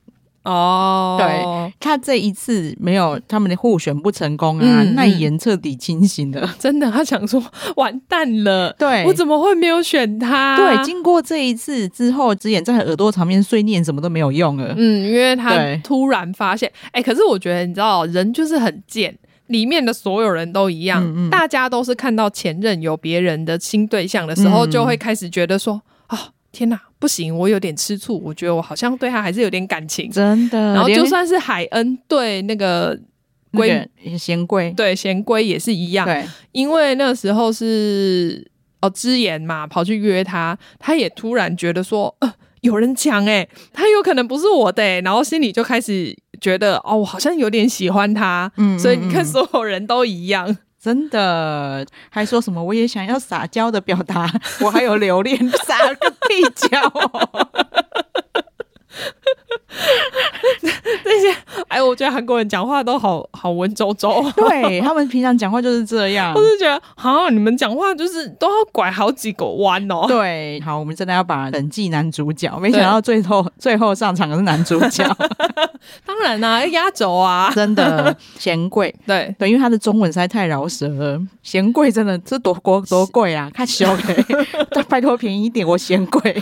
[SPEAKER 1] 哦，
[SPEAKER 2] 对他这一次没有他们的互选不成功啊，
[SPEAKER 1] 嗯
[SPEAKER 2] 那言彻底清醒了。
[SPEAKER 1] 真的，他想说完蛋了，
[SPEAKER 2] 对
[SPEAKER 1] 我怎么啊会没有选他？
[SPEAKER 2] 哎对，经过这一次之后，之言在他耳朵旁边碎念什么都没有用了。
[SPEAKER 1] 嗯，因为他
[SPEAKER 2] 对
[SPEAKER 1] 突然发现，哎、可是我觉得你知道，人就是很贱。里面的所有人都一样，
[SPEAKER 2] 嗯嗯
[SPEAKER 1] 大家都是看到前任有别人的新对象的时候，
[SPEAKER 2] 嗯
[SPEAKER 1] 就会开始觉得说：“啊、天哪，不行，我有点吃醋，我觉得我好像对他还是有点感情。
[SPEAKER 2] 真”的，
[SPEAKER 1] 然后就
[SPEAKER 2] 呃连
[SPEAKER 1] 算是海恩对那个
[SPEAKER 2] 那
[SPEAKER 1] 闺、
[SPEAKER 2] 个嫌贵，
[SPEAKER 1] 对贤龟也是一样，
[SPEAKER 2] 对
[SPEAKER 1] 因为那时候是哦之言嘛，跑去约他，他也突然觉得说，呃，有人抢哎、他有可能不是我的、欸，然后心里就开始觉得，哦，我好像有点喜欢他，
[SPEAKER 2] 嗯
[SPEAKER 1] 所以你看
[SPEAKER 2] 嗯嗯
[SPEAKER 1] 所有人都一样，
[SPEAKER 2] 真的还说什么我也想要撒娇的表达， 我还有留恋，撒个屁娇哦、
[SPEAKER 1] 那些，哎，我觉得韩国人讲话都好好文绉绉。
[SPEAKER 2] 对他们平常讲话就是这样
[SPEAKER 1] 我。是觉得，好、你们讲话就是都要拐好几个弯哦。
[SPEAKER 2] 对，好，我们真的要把本季男主角，没想到最后最后上场的是男主角，
[SPEAKER 1] 当然啦、要压轴啊，
[SPEAKER 2] 真的嫌贵。
[SPEAKER 1] 对，
[SPEAKER 2] 对，因为他的中文实在太饶舌了，嫌贵真的这多多多贵啊！看小给， 拜托便宜一点，我嫌贵。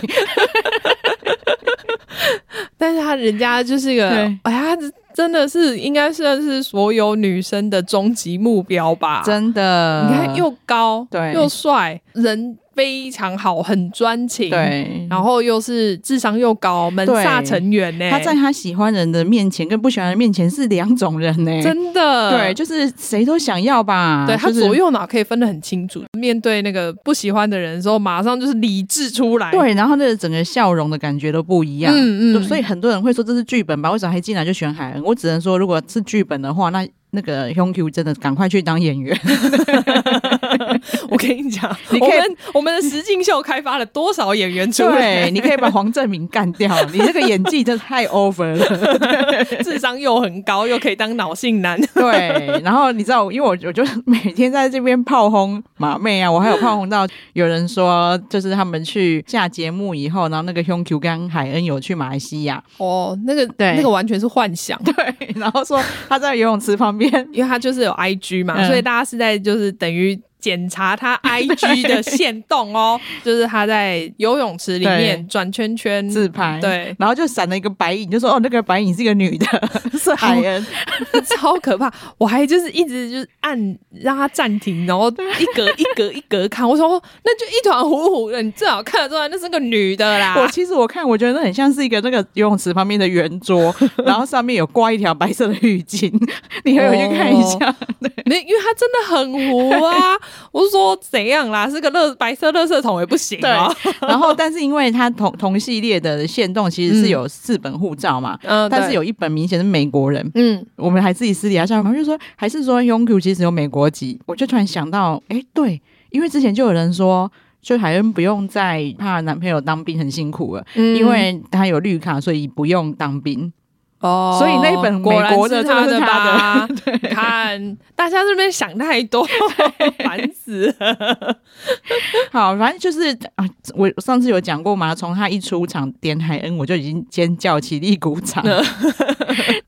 [SPEAKER 1] 但是他人家就是一个，
[SPEAKER 2] 对
[SPEAKER 1] 哎呀，他真的是应该算是所有女生的终极目标吧。
[SPEAKER 2] 真的，
[SPEAKER 1] 你看，又高，
[SPEAKER 2] 对
[SPEAKER 1] 又帅，人非常好，很专情，，
[SPEAKER 2] 对，
[SPEAKER 1] 然后又是智商又高，门萨成员呢、
[SPEAKER 2] 他在他喜欢人的面前跟不喜欢人面前是两种人呢、
[SPEAKER 1] 真的
[SPEAKER 2] 对，。就是谁都想要吧，
[SPEAKER 1] 对他
[SPEAKER 2] 就是
[SPEAKER 1] 左右脑可以分得很清楚，面对那个不喜欢的人的时候，马上就是理智出来。
[SPEAKER 2] 对，然后那个整个笑容的感觉都不一样。
[SPEAKER 1] 嗯
[SPEAKER 2] 对所以很多人会说这是剧本吧？为什么黑进来就选海恩？我只能说，如果是剧本的话，那那个 h o n Q 真的赶快去当演 员。
[SPEAKER 1] 我跟你讲，
[SPEAKER 2] 你
[SPEAKER 1] 我
[SPEAKER 2] 可以
[SPEAKER 1] 们我们的实境秀开发了多少演员出来？
[SPEAKER 2] 对，你可以把黄正明干掉，你这个演技真的太 over 了。
[SPEAKER 1] 智商又很高，又可以当脑性男。
[SPEAKER 2] 对，然后你知道，因为我我就 每天在这边炮轰马妹啊，我还有炮轰到有人说，就是他们去下节目以后，然后那个 h o n Q 跟海恩有去马来西亚，
[SPEAKER 1] 哦，那个
[SPEAKER 2] 对
[SPEAKER 1] 那个完全是幻想，
[SPEAKER 2] 对，然后说他在游泳池旁边
[SPEAKER 1] 因为他就是有 IG 嘛，
[SPEAKER 2] 嗯
[SPEAKER 1] 所以大家是在就是等于检查 他 IG 的线动哦，就是他在游泳池里面转圈圈，
[SPEAKER 2] 自拍，
[SPEAKER 1] 对，
[SPEAKER 2] 然后就闪了一个白影，就说哦，那个白影是一个女的，是海恩，
[SPEAKER 1] 超可怕。我还就是一直就是按让他暂停，然后一格一格一格看，我说那就一团糊糊的，你最好看得出来那是个女的啦。
[SPEAKER 2] 我其实我看，我觉得那很像是一个那个游泳池旁边的圆桌， 然后上面有挂一条白色的浴巾， 你可以回去看一下。
[SPEAKER 1] 没，因为他真的很糊啊！我是说怎样啦，是个乐白色垃圾桶也不行啊。
[SPEAKER 2] 然后，但是因为它同同系列的限动其实是有四本护照嘛，
[SPEAKER 1] 嗯，
[SPEAKER 2] 但是
[SPEAKER 1] 对
[SPEAKER 2] 有一本明显是美国人。
[SPEAKER 1] 嗯，
[SPEAKER 2] 我们还自己私底下笑，我们就说还是说 Yonggu 其实有美国籍，我就突然想到，哎，对，因为之前就有人说。就海恩不用再怕男朋友当兵很辛苦了，
[SPEAKER 1] 嗯
[SPEAKER 2] 因为他有绿卡，所以不用当兵。
[SPEAKER 1] 哦，
[SPEAKER 2] 所以那本美
[SPEAKER 1] 果然
[SPEAKER 2] 国
[SPEAKER 1] 是
[SPEAKER 2] 的
[SPEAKER 1] 他
[SPEAKER 2] 真的是
[SPEAKER 1] 吧？看大家这边想太 多，烦死了。
[SPEAKER 2] 好，反正就是啊，我上次有讲过嘛，从他一出场点海恩，我就已经尖叫起立鼓掌。
[SPEAKER 1] 嗯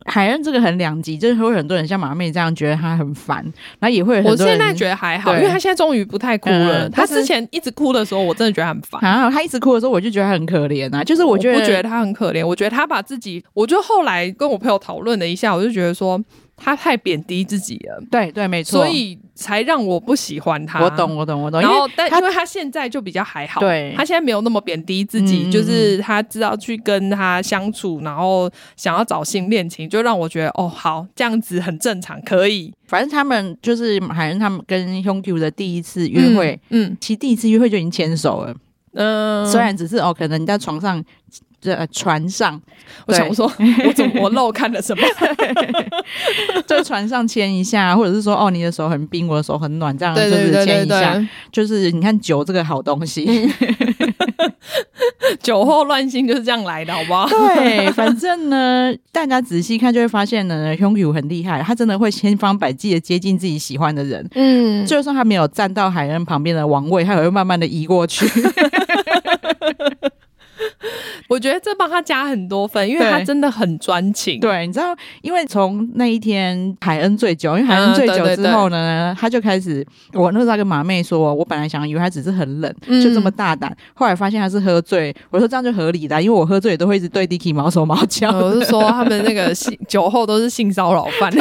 [SPEAKER 2] 海恩这个很两极，就是会有很多人像马妹这样觉得他很烦，然后也会有
[SPEAKER 1] 我
[SPEAKER 2] 很多人
[SPEAKER 1] 现在觉得还好，因
[SPEAKER 2] 对
[SPEAKER 1] 为他现在终于不太哭了。
[SPEAKER 2] 嗯
[SPEAKER 1] 他
[SPEAKER 2] 但是
[SPEAKER 1] 之前一直哭的时候，我真的觉得他很烦。
[SPEAKER 2] 啊，他一直哭的时候，我就觉得他很可怜啊。就是
[SPEAKER 1] 我
[SPEAKER 2] 我觉得，
[SPEAKER 1] 不觉得他很可怜，我觉得他把自己，我就后来跟我朋友讨论了一下，我就觉得说他太贬低自己了，
[SPEAKER 2] 对对，没错。
[SPEAKER 1] 所以才让我不喜欢他。
[SPEAKER 2] 我懂，我懂，我懂。因
[SPEAKER 1] 然
[SPEAKER 2] 为
[SPEAKER 1] 后，但
[SPEAKER 2] 他
[SPEAKER 1] 因为他现在就比较还好，
[SPEAKER 2] 对
[SPEAKER 1] 他现在没有那么贬低自己，
[SPEAKER 2] 嗯
[SPEAKER 1] 就是他知道去跟他相处，然后想要找新恋情，就让我觉得哦，好，这样子很正常，可以
[SPEAKER 2] 反正他们就是海恩他们跟 h o n g u 的第一次约会，，
[SPEAKER 1] 嗯
[SPEAKER 2] 其实第一次约会就已经牵手了，
[SPEAKER 1] 嗯，
[SPEAKER 2] 虽然只是哦，可能你在床上。呃，船上
[SPEAKER 1] 我
[SPEAKER 2] 对
[SPEAKER 1] 想 说，我怎么我漏看了什么？
[SPEAKER 2] 就是船上牵一下， 或者是说哦，你的手很冰，我的手很暖，这样就
[SPEAKER 1] 对对
[SPEAKER 2] 是
[SPEAKER 1] 对
[SPEAKER 2] 牵
[SPEAKER 1] 对
[SPEAKER 2] 一下。
[SPEAKER 1] 对，嗯
[SPEAKER 2] 就是你看酒这个好东西，
[SPEAKER 1] 酒后乱性就是这样来的，好不好？
[SPEAKER 2] 对，反正呢， 大家仔细看就会发现呢 h o n g y u 很厉害，他真的会千方百计的接近自己喜欢的人。
[SPEAKER 1] 嗯，
[SPEAKER 2] 就算他没有站到海恩旁边的王位，他也会慢慢的移过去。
[SPEAKER 1] 我觉得这帮他加很多分，因为
[SPEAKER 2] 对
[SPEAKER 1] 他真的很专情，
[SPEAKER 2] 对，你知道，因为从那一天海恩醉酒，因为海
[SPEAKER 1] 嗯
[SPEAKER 2] 恩醉酒之后呢，他就开始，我那时候跟马妹说，我本来想以为他只是很冷，
[SPEAKER 1] 嗯
[SPEAKER 2] 就这么大胆，后来发现他是喝醉，我说这样就合理的，因为我喝醉也都会一直对 Dicky 毛手毛脚
[SPEAKER 1] 呃。我是说，他们那个性 酒后都是性骚扰犯，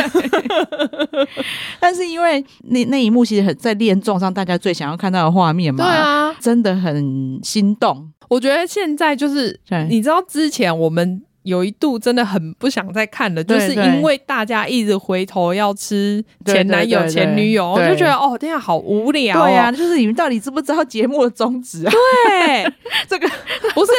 [SPEAKER 2] 但是因为那那一幕其实很在恋综上大家最想要看到的画面嘛，
[SPEAKER 1] 对啊，
[SPEAKER 2] 真的很心动。
[SPEAKER 1] 我觉得现在就是，
[SPEAKER 2] 对
[SPEAKER 1] 你知道之前我们有一度真的很不想再看了，就
[SPEAKER 2] 对
[SPEAKER 1] 是
[SPEAKER 2] 对
[SPEAKER 1] 因为大家一直回头要吃
[SPEAKER 2] 对
[SPEAKER 1] 前男友、
[SPEAKER 2] 对对
[SPEAKER 1] 前女友，我
[SPEAKER 2] 对
[SPEAKER 1] 就觉得哦，天啊，好无聊、哦。
[SPEAKER 2] 对 啊，，就是你们到底知不知道节目的宗旨啊？
[SPEAKER 1] 对，
[SPEAKER 2] 这个
[SPEAKER 1] 不是。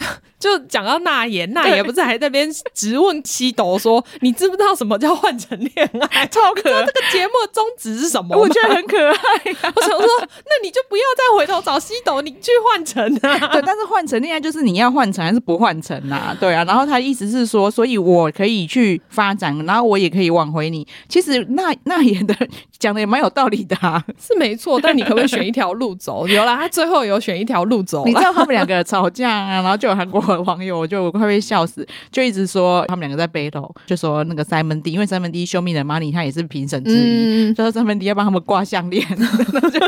[SPEAKER 1] 就讲到那言，那也不是还在那边直问西斗说：“你知不知道什么叫换成恋爱？
[SPEAKER 2] 超可爱
[SPEAKER 1] 这个节目的宗旨是什么吗？”
[SPEAKER 2] 我觉得很可爱、
[SPEAKER 1] 我想说，那你就不要再回头找西斗，你去换成 啊。
[SPEAKER 2] 对，但是换成恋爱就是你要换成还是不换成啊？ 对啊，然后他意思是说，所以我可以去发展，然后我也可以挽回你。其实那那也的讲的也蛮有道理的、啊。
[SPEAKER 1] 是没错，但你可不可以选一条路走？有啦，他最后有选一条路走
[SPEAKER 2] 你
[SPEAKER 1] 啦
[SPEAKER 2] 知。道他们两个吵架啊，然后就有韩国网友就我快被笑死，就一直说他们两个在 battle，就说那个 Simon D，因为 Simon D show me the money，他也是评审之一。
[SPEAKER 1] 嗯，
[SPEAKER 2] 就说 Simon D 要帮他们挂项 链，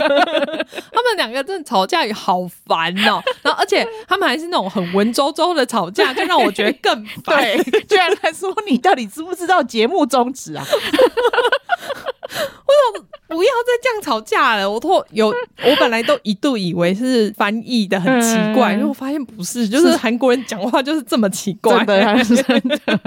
[SPEAKER 1] 他们两个真的吵架也好烦哦、 然后而且他们还是那种很文绉绉的吵架，就让我觉得更 烦。
[SPEAKER 2] 对，居然来说你到底知不知道节目宗旨啊？
[SPEAKER 1] 不要再这样吵架了。我都有，我本来都一度以为是翻译的很奇怪，
[SPEAKER 2] 嗯
[SPEAKER 1] 因为我发现不是，就是韩国人讲话就是这么奇怪
[SPEAKER 2] 真。的，他们是真的，
[SPEAKER 1] 然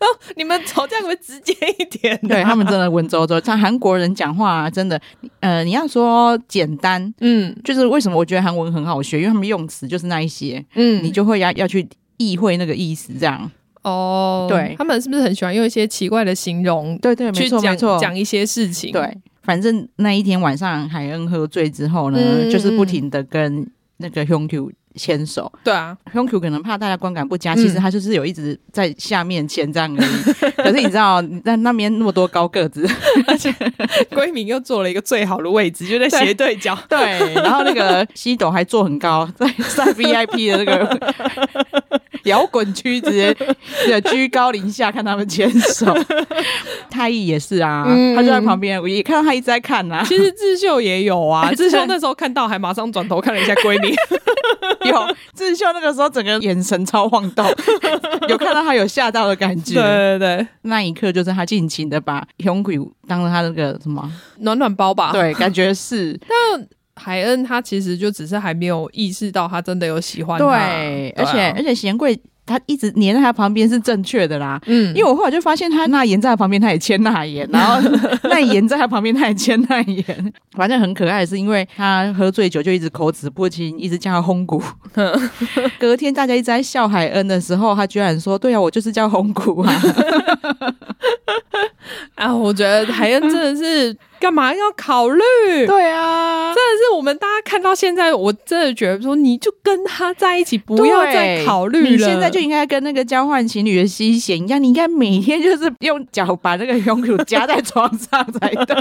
[SPEAKER 1] 后你们吵架可不可以直接一点、
[SPEAKER 2] 对他们真的文绉绉。像韩国人讲话、啊，真的，呃，你要说简单，
[SPEAKER 1] 嗯
[SPEAKER 2] 就是为什么我觉得韩文很好学，因为他们用词就是那一些，
[SPEAKER 1] 嗯
[SPEAKER 2] 你就会要要去意会那个意思，这样。
[SPEAKER 1] 哦，
[SPEAKER 2] 对
[SPEAKER 1] 他们是不是很喜欢用一些奇怪的形容
[SPEAKER 2] 对对，没
[SPEAKER 1] 去
[SPEAKER 2] 错没
[SPEAKER 1] 讲
[SPEAKER 2] 错，
[SPEAKER 1] 讲一些事情？
[SPEAKER 2] 对，反正那一天晚上海恩喝醉之后呢，
[SPEAKER 1] 嗯
[SPEAKER 2] 就是不停的跟那个 h u n Q 牵手。
[SPEAKER 1] 对啊，
[SPEAKER 2] h u n Q 可能怕大家观感不佳，
[SPEAKER 1] 嗯
[SPEAKER 2] 其实他就是有一直在下面牵这样而已。 可是你知道，在那边那么多高个子，
[SPEAKER 1] 闺蜜又坐了一个最好的位置，就在斜对角。
[SPEAKER 2] 对，然后那个西斗还坐很高，在在 VIP 的那个 摇滚区直接对居高临下看他们牵手。太乙也是啊，
[SPEAKER 1] 嗯
[SPEAKER 2] 他就在旁边，我也看到他一直在看 啊。
[SPEAKER 1] 其实智秀也有 啊，
[SPEAKER 2] 对
[SPEAKER 1] 智秀那时候看到还马上转头看了一下闺蜜，
[SPEAKER 2] 有智秀那个时候整个眼神超晃 动，有看到他有吓到的感 觉。
[SPEAKER 1] 对对对，
[SPEAKER 2] 那一刻就是他尽情的把熊鬼当成他那个什么，
[SPEAKER 1] 暖暖包吧。，
[SPEAKER 2] 对，感觉是
[SPEAKER 1] 海恩她其实就只是还没有意识到她真的有喜欢 他，
[SPEAKER 2] 对，而且、
[SPEAKER 1] 啊
[SPEAKER 2] 而且贤贵他一直黏在他旁边是正确的啦。
[SPEAKER 1] 嗯，
[SPEAKER 2] 因为我后来就发现他那言在他旁边，他也牵那言，然 后那言在他旁边，他也牵那言，反正很可爱。是因为他喝醉酒就一直口齿不清，一直叫他烘 骨。隔天大家一直在笑海恩的时候，他居然说：“对啊，我就是叫烘骨啊。
[SPEAKER 1] 啊，我觉得海恩真的 是干嘛要考虑？” 真
[SPEAKER 2] 对啊，
[SPEAKER 1] 的是我们大家看到现在，我真的觉得说，你就跟他在一起，不要再
[SPEAKER 2] 对
[SPEAKER 1] 考虑了。
[SPEAKER 2] 你现在就应该跟那个交换情侣的西贤一样，你应该每天就是用脚把那个胸骨夹在床上才对。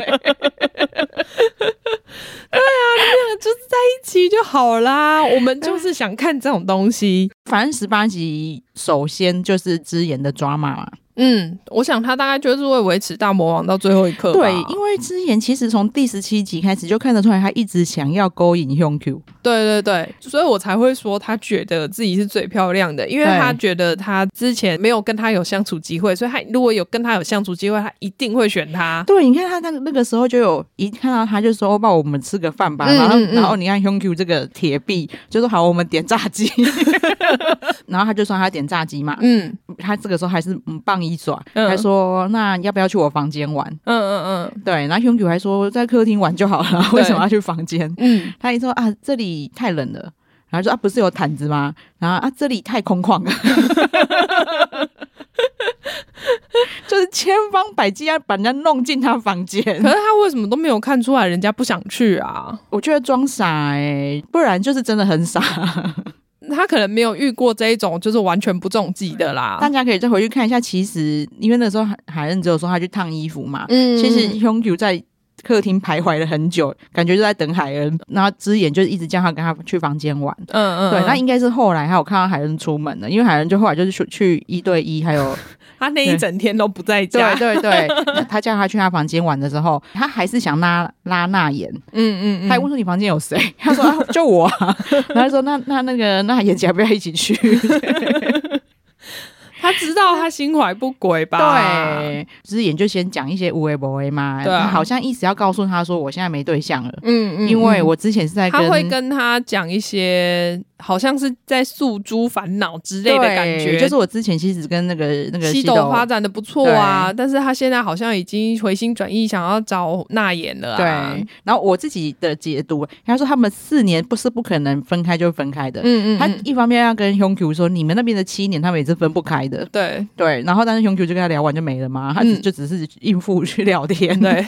[SPEAKER 1] 就是在一起就好啦。我们就是想看这种东西。
[SPEAKER 2] 反正十八集首先就是之言的抓马嘛，
[SPEAKER 1] 嗯，我想他大概就是会维持大魔王到最后一刻吧。
[SPEAKER 2] 对，因为之言其实从第十七集开始就看得出来，他一直想要勾引胸 Q。
[SPEAKER 1] 对对对，所以我才会说他觉得自己是最漂亮的，因为
[SPEAKER 2] 对
[SPEAKER 1] 他觉得他之前没有跟他有相处机会，所以他如果有跟他有相处机会，他一定会选他。
[SPEAKER 2] 对，你看他那个那个时候就有一看到他就说：“哦，爸，我们吃个饭吧。
[SPEAKER 1] 嗯
[SPEAKER 2] 然后
[SPEAKER 1] 嗯嗯
[SPEAKER 2] 然后你看 h u n Q 这个铁臂就说：“好，我们点炸 鸡。”然后他就说他点炸鸡嘛，
[SPEAKER 1] 嗯
[SPEAKER 2] 他这个时候还是嗯棒一爪，
[SPEAKER 1] 嗯
[SPEAKER 2] 还说那要不要去我房间玩？
[SPEAKER 1] 嗯嗯嗯
[SPEAKER 2] 对，然后 h u n g 还说在客厅玩就好了，为什么要去房间？
[SPEAKER 1] 嗯，
[SPEAKER 2] 他一说啊这里太冷了，然后就说啊不是有毯子吗？然后啊这里太空旷了， 就是千方百计要把人家弄进他房
[SPEAKER 1] 可
[SPEAKER 2] 间。
[SPEAKER 1] 是他为什么都没有看出来人家不想去啊？
[SPEAKER 2] 我觉得装傻哎、不然就是真的很傻。
[SPEAKER 1] 他可能没有遇过这一种就是完全不中计的啦。
[SPEAKER 2] 大家可以再回去看一下，其实因为那时候海海恩只有说他去烫衣服嘛，
[SPEAKER 1] 嗯
[SPEAKER 2] 其实 h u n g 在客厅徘徊了很久，感觉就在等海恩，然后之言就一直叫他跟他去房间玩。
[SPEAKER 1] 嗯嗯，
[SPEAKER 2] 对，
[SPEAKER 1] 嗯
[SPEAKER 2] 那应该是后来还有看到海恩出门了，因为海恩就后来就是去去一对一，还 有
[SPEAKER 1] 他那一整天都不在
[SPEAKER 2] 对
[SPEAKER 1] 家。
[SPEAKER 2] 对对，那他叫他去他房间玩的时候，他还是想拉拉那言，
[SPEAKER 1] 嗯嗯
[SPEAKER 2] 他还问说你房间有谁？ 他说、啊、就我、啊， 然后他说那那那个那言姐要不要一起去？
[SPEAKER 1] 他知道他心怀不轨吧？，
[SPEAKER 2] 对，之言就先讲一些无为不为嘛，
[SPEAKER 1] 对啊
[SPEAKER 2] 他好像一直要告诉他说我现在没对象了，
[SPEAKER 1] 嗯嗯
[SPEAKER 2] 因为我之前是在
[SPEAKER 1] 他会跟他讲一些好像是在诉诸烦恼之类的感觉，
[SPEAKER 2] 对就是我之前其实跟那个那个
[SPEAKER 1] 西斗发展的不错啊，但是他现在好像已经回心转意，想要找那言了、
[SPEAKER 2] 对
[SPEAKER 1] 啊。，
[SPEAKER 2] 然后我自己的解读，他说他们四年不是不可能分开就分开的。
[SPEAKER 1] 嗯嗯，
[SPEAKER 2] 他
[SPEAKER 1] 嗯
[SPEAKER 2] 一方面要跟 h u n Q 说，你们那边的七年他们也是分不开的，
[SPEAKER 1] 对
[SPEAKER 2] 对。然后但是 h u n Q 就跟他聊完就没了嘛，他只
[SPEAKER 1] 嗯
[SPEAKER 2] 就只是应付去聊天，
[SPEAKER 1] 对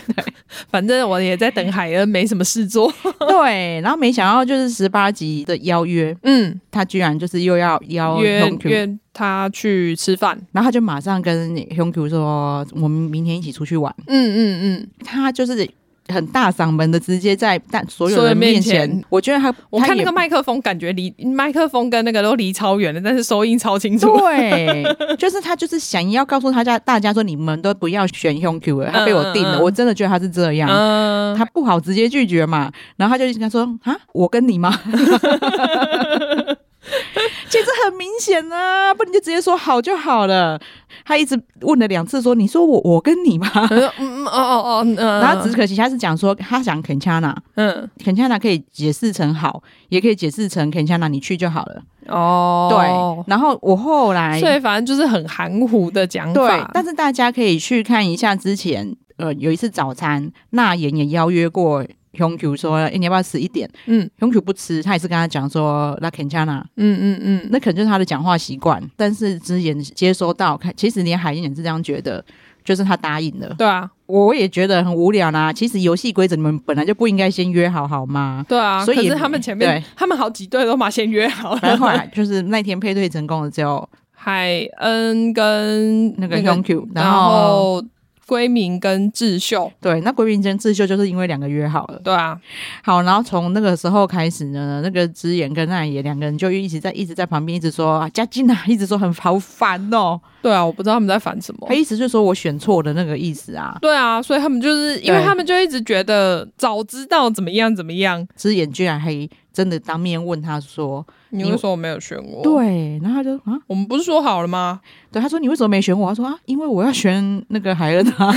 [SPEAKER 1] 反正我也在等海恩，没什么事做。
[SPEAKER 2] 对。然后没想到就是十八集的邀约，
[SPEAKER 1] 嗯，
[SPEAKER 2] 他居然就是又要邀 h
[SPEAKER 1] 约
[SPEAKER 2] u n Q，
[SPEAKER 1] 约他去吃饭。
[SPEAKER 2] 然后他就马上跟 h u n Q 说，我们明天一起出去玩。
[SPEAKER 1] 嗯嗯
[SPEAKER 2] 他就是很大嗓门的，直接在但所有
[SPEAKER 1] 所有
[SPEAKER 2] 人
[SPEAKER 1] 人面
[SPEAKER 2] 面前，
[SPEAKER 1] 前
[SPEAKER 2] 我觉得他
[SPEAKER 1] 我
[SPEAKER 2] 他
[SPEAKER 1] 看那
[SPEAKER 2] 也
[SPEAKER 1] 个麦克风，感觉离麦克风跟那个都离超远了，但是收音超清楚。
[SPEAKER 2] 对，就是他就是想要告诉大家，大家说你们都不要选 h u n Q 了，他被我定了，
[SPEAKER 1] 嗯嗯嗯
[SPEAKER 2] 我真的觉得他是这样。
[SPEAKER 1] 嗯，
[SPEAKER 2] 他不好直接拒绝 嘛，然后他就一直跟他说啊，我跟你吗？且这很明显啊，不然你就直接说好就好了。他一直问了两次说，你说我我跟你吗？
[SPEAKER 1] 我说嗯哦哦哦，嗯
[SPEAKER 2] 然后只是可惜他是讲说他讲 k e n c h a n a
[SPEAKER 1] 嗯
[SPEAKER 2] k e n c h a n a 可以解释成好，也可以解释成 k e n c h a n a 你去就好了。
[SPEAKER 1] 哦
[SPEAKER 2] 对，，然后我后来
[SPEAKER 1] 所以反正就是很含糊的讲
[SPEAKER 2] 对
[SPEAKER 1] 法，，
[SPEAKER 2] 但是大家可以去看一下之前，呃，有一次早餐，那妍也邀约过 h Q 说，哎、你要不要吃一点
[SPEAKER 1] 嗯
[SPEAKER 2] h Q 不吃，他也是跟他讲说，那 k e n c h a n a
[SPEAKER 1] 嗯嗯嗯，
[SPEAKER 2] 那可能就是他的讲话习惯。但是之前接收到，看其实连海燕也是这样觉得，就是他答应了。
[SPEAKER 1] 对啊
[SPEAKER 2] 我也觉得很无聊啦。其实游戏规则你们本来就不应该先约好好 吗？
[SPEAKER 1] 对啊，
[SPEAKER 2] 所以
[SPEAKER 1] 可
[SPEAKER 2] 也
[SPEAKER 1] 是他们前面
[SPEAKER 2] 对
[SPEAKER 1] 他们好几对都嘛先约好
[SPEAKER 2] 然
[SPEAKER 1] 了，
[SPEAKER 2] 后后来就是那天配对成功了之后，
[SPEAKER 1] 海恩跟
[SPEAKER 2] 那个 h Q，然
[SPEAKER 1] 然
[SPEAKER 2] 后
[SPEAKER 1] 后归明跟智秀，
[SPEAKER 2] 对，那闺蜜间自秀就是因为两个约好了。
[SPEAKER 1] 对啊，
[SPEAKER 2] 好，然后从那个时候开始呢，那个之言跟奈也两个人就一直在一直在旁边一直说啊嘉靖啊，一直说很好烦哦。
[SPEAKER 1] 对啊，我不知道他们在烦什么
[SPEAKER 2] 他。意思就是说我选错的那个意思啊。
[SPEAKER 1] 对啊，所以他们就是因为
[SPEAKER 2] 对
[SPEAKER 1] 他们就一直觉得早知道怎么样怎么样，
[SPEAKER 2] 之言居然还真的当面问他说，
[SPEAKER 1] 你
[SPEAKER 2] 你
[SPEAKER 1] 为什么没有选我？，
[SPEAKER 2] 对，然后他就啊，
[SPEAKER 1] 我们不是说好了吗？
[SPEAKER 2] 对，他说你为什么没选我？他说啊，因为我要选那个海恩啊。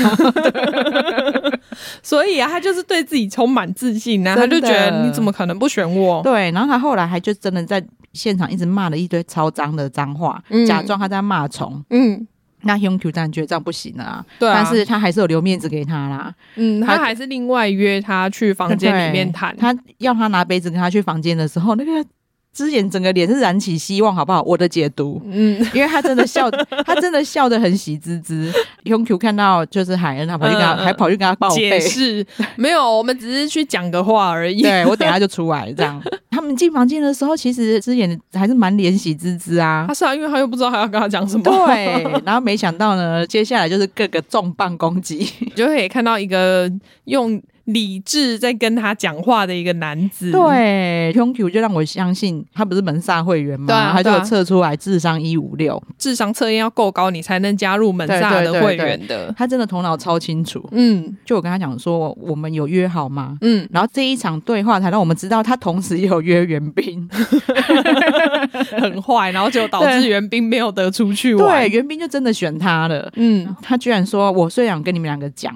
[SPEAKER 1] 所以啊，他就是对自己充满自信啊，他
[SPEAKER 2] 真的
[SPEAKER 1] 就觉得你怎么可能不选 我？
[SPEAKER 2] 对，然后他后来还就真的在现场一直骂了一堆超脏的脏话，
[SPEAKER 1] 嗯
[SPEAKER 2] 假装他在骂虫。
[SPEAKER 1] 嗯，
[SPEAKER 2] 那 h u n Q 当然觉得这样不行了啊，
[SPEAKER 1] 对啊，
[SPEAKER 2] 但是他还是有留面子给他啦。
[SPEAKER 1] 嗯，
[SPEAKER 2] 他
[SPEAKER 1] 他还是另外约他去房间里面谈。
[SPEAKER 2] 他要他拿杯子跟他去房间的时候，那个之前整个脸是燃起希望，好不好？我的解读。
[SPEAKER 1] 嗯，
[SPEAKER 2] 因为他真的 笑，他真的笑得很喜滋滋。h Q 看到就是海恩，他跑去跟他，
[SPEAKER 1] 嗯嗯
[SPEAKER 2] 还跑去跟他报
[SPEAKER 1] 解
[SPEAKER 2] 备。
[SPEAKER 1] 释没有，我们只是去讲个话而已。
[SPEAKER 2] 对我等一下就出来这样。他们进房间的时候，其实之前还是蛮怜喜滋滋啊
[SPEAKER 1] 他。是啊，因为他又不知道他要跟他讲什么。
[SPEAKER 2] 对，然后没想到呢，接下来就是各个重磅攻 击。
[SPEAKER 1] 你就可以看到一个用理智在跟他讲话的一个男子。
[SPEAKER 2] 对 h u n Q 就让我相信他不是门萨会员吗？
[SPEAKER 1] 对啊
[SPEAKER 2] 他就
[SPEAKER 1] 对
[SPEAKER 2] 有
[SPEAKER 1] 啊
[SPEAKER 2] 测出来智商一五六，
[SPEAKER 1] 智商测验要够高，你才能加入门萨
[SPEAKER 2] 对对
[SPEAKER 1] 的
[SPEAKER 2] 对
[SPEAKER 1] 会员的。
[SPEAKER 2] 他真的头脑超清楚。
[SPEAKER 1] 嗯
[SPEAKER 2] 就我跟他讲说，我们有约好吗？
[SPEAKER 1] 嗯，
[SPEAKER 2] 然后这一场对话才让我们知道，他同时也有约袁 冰。
[SPEAKER 1] 很坏，然后就导
[SPEAKER 2] 对
[SPEAKER 1] 致袁冰没有得出去
[SPEAKER 2] 对，
[SPEAKER 1] 玩。
[SPEAKER 2] 袁冰就真的选他了。
[SPEAKER 1] 嗯，
[SPEAKER 2] 他居然说，我虽然跟你们两个讲，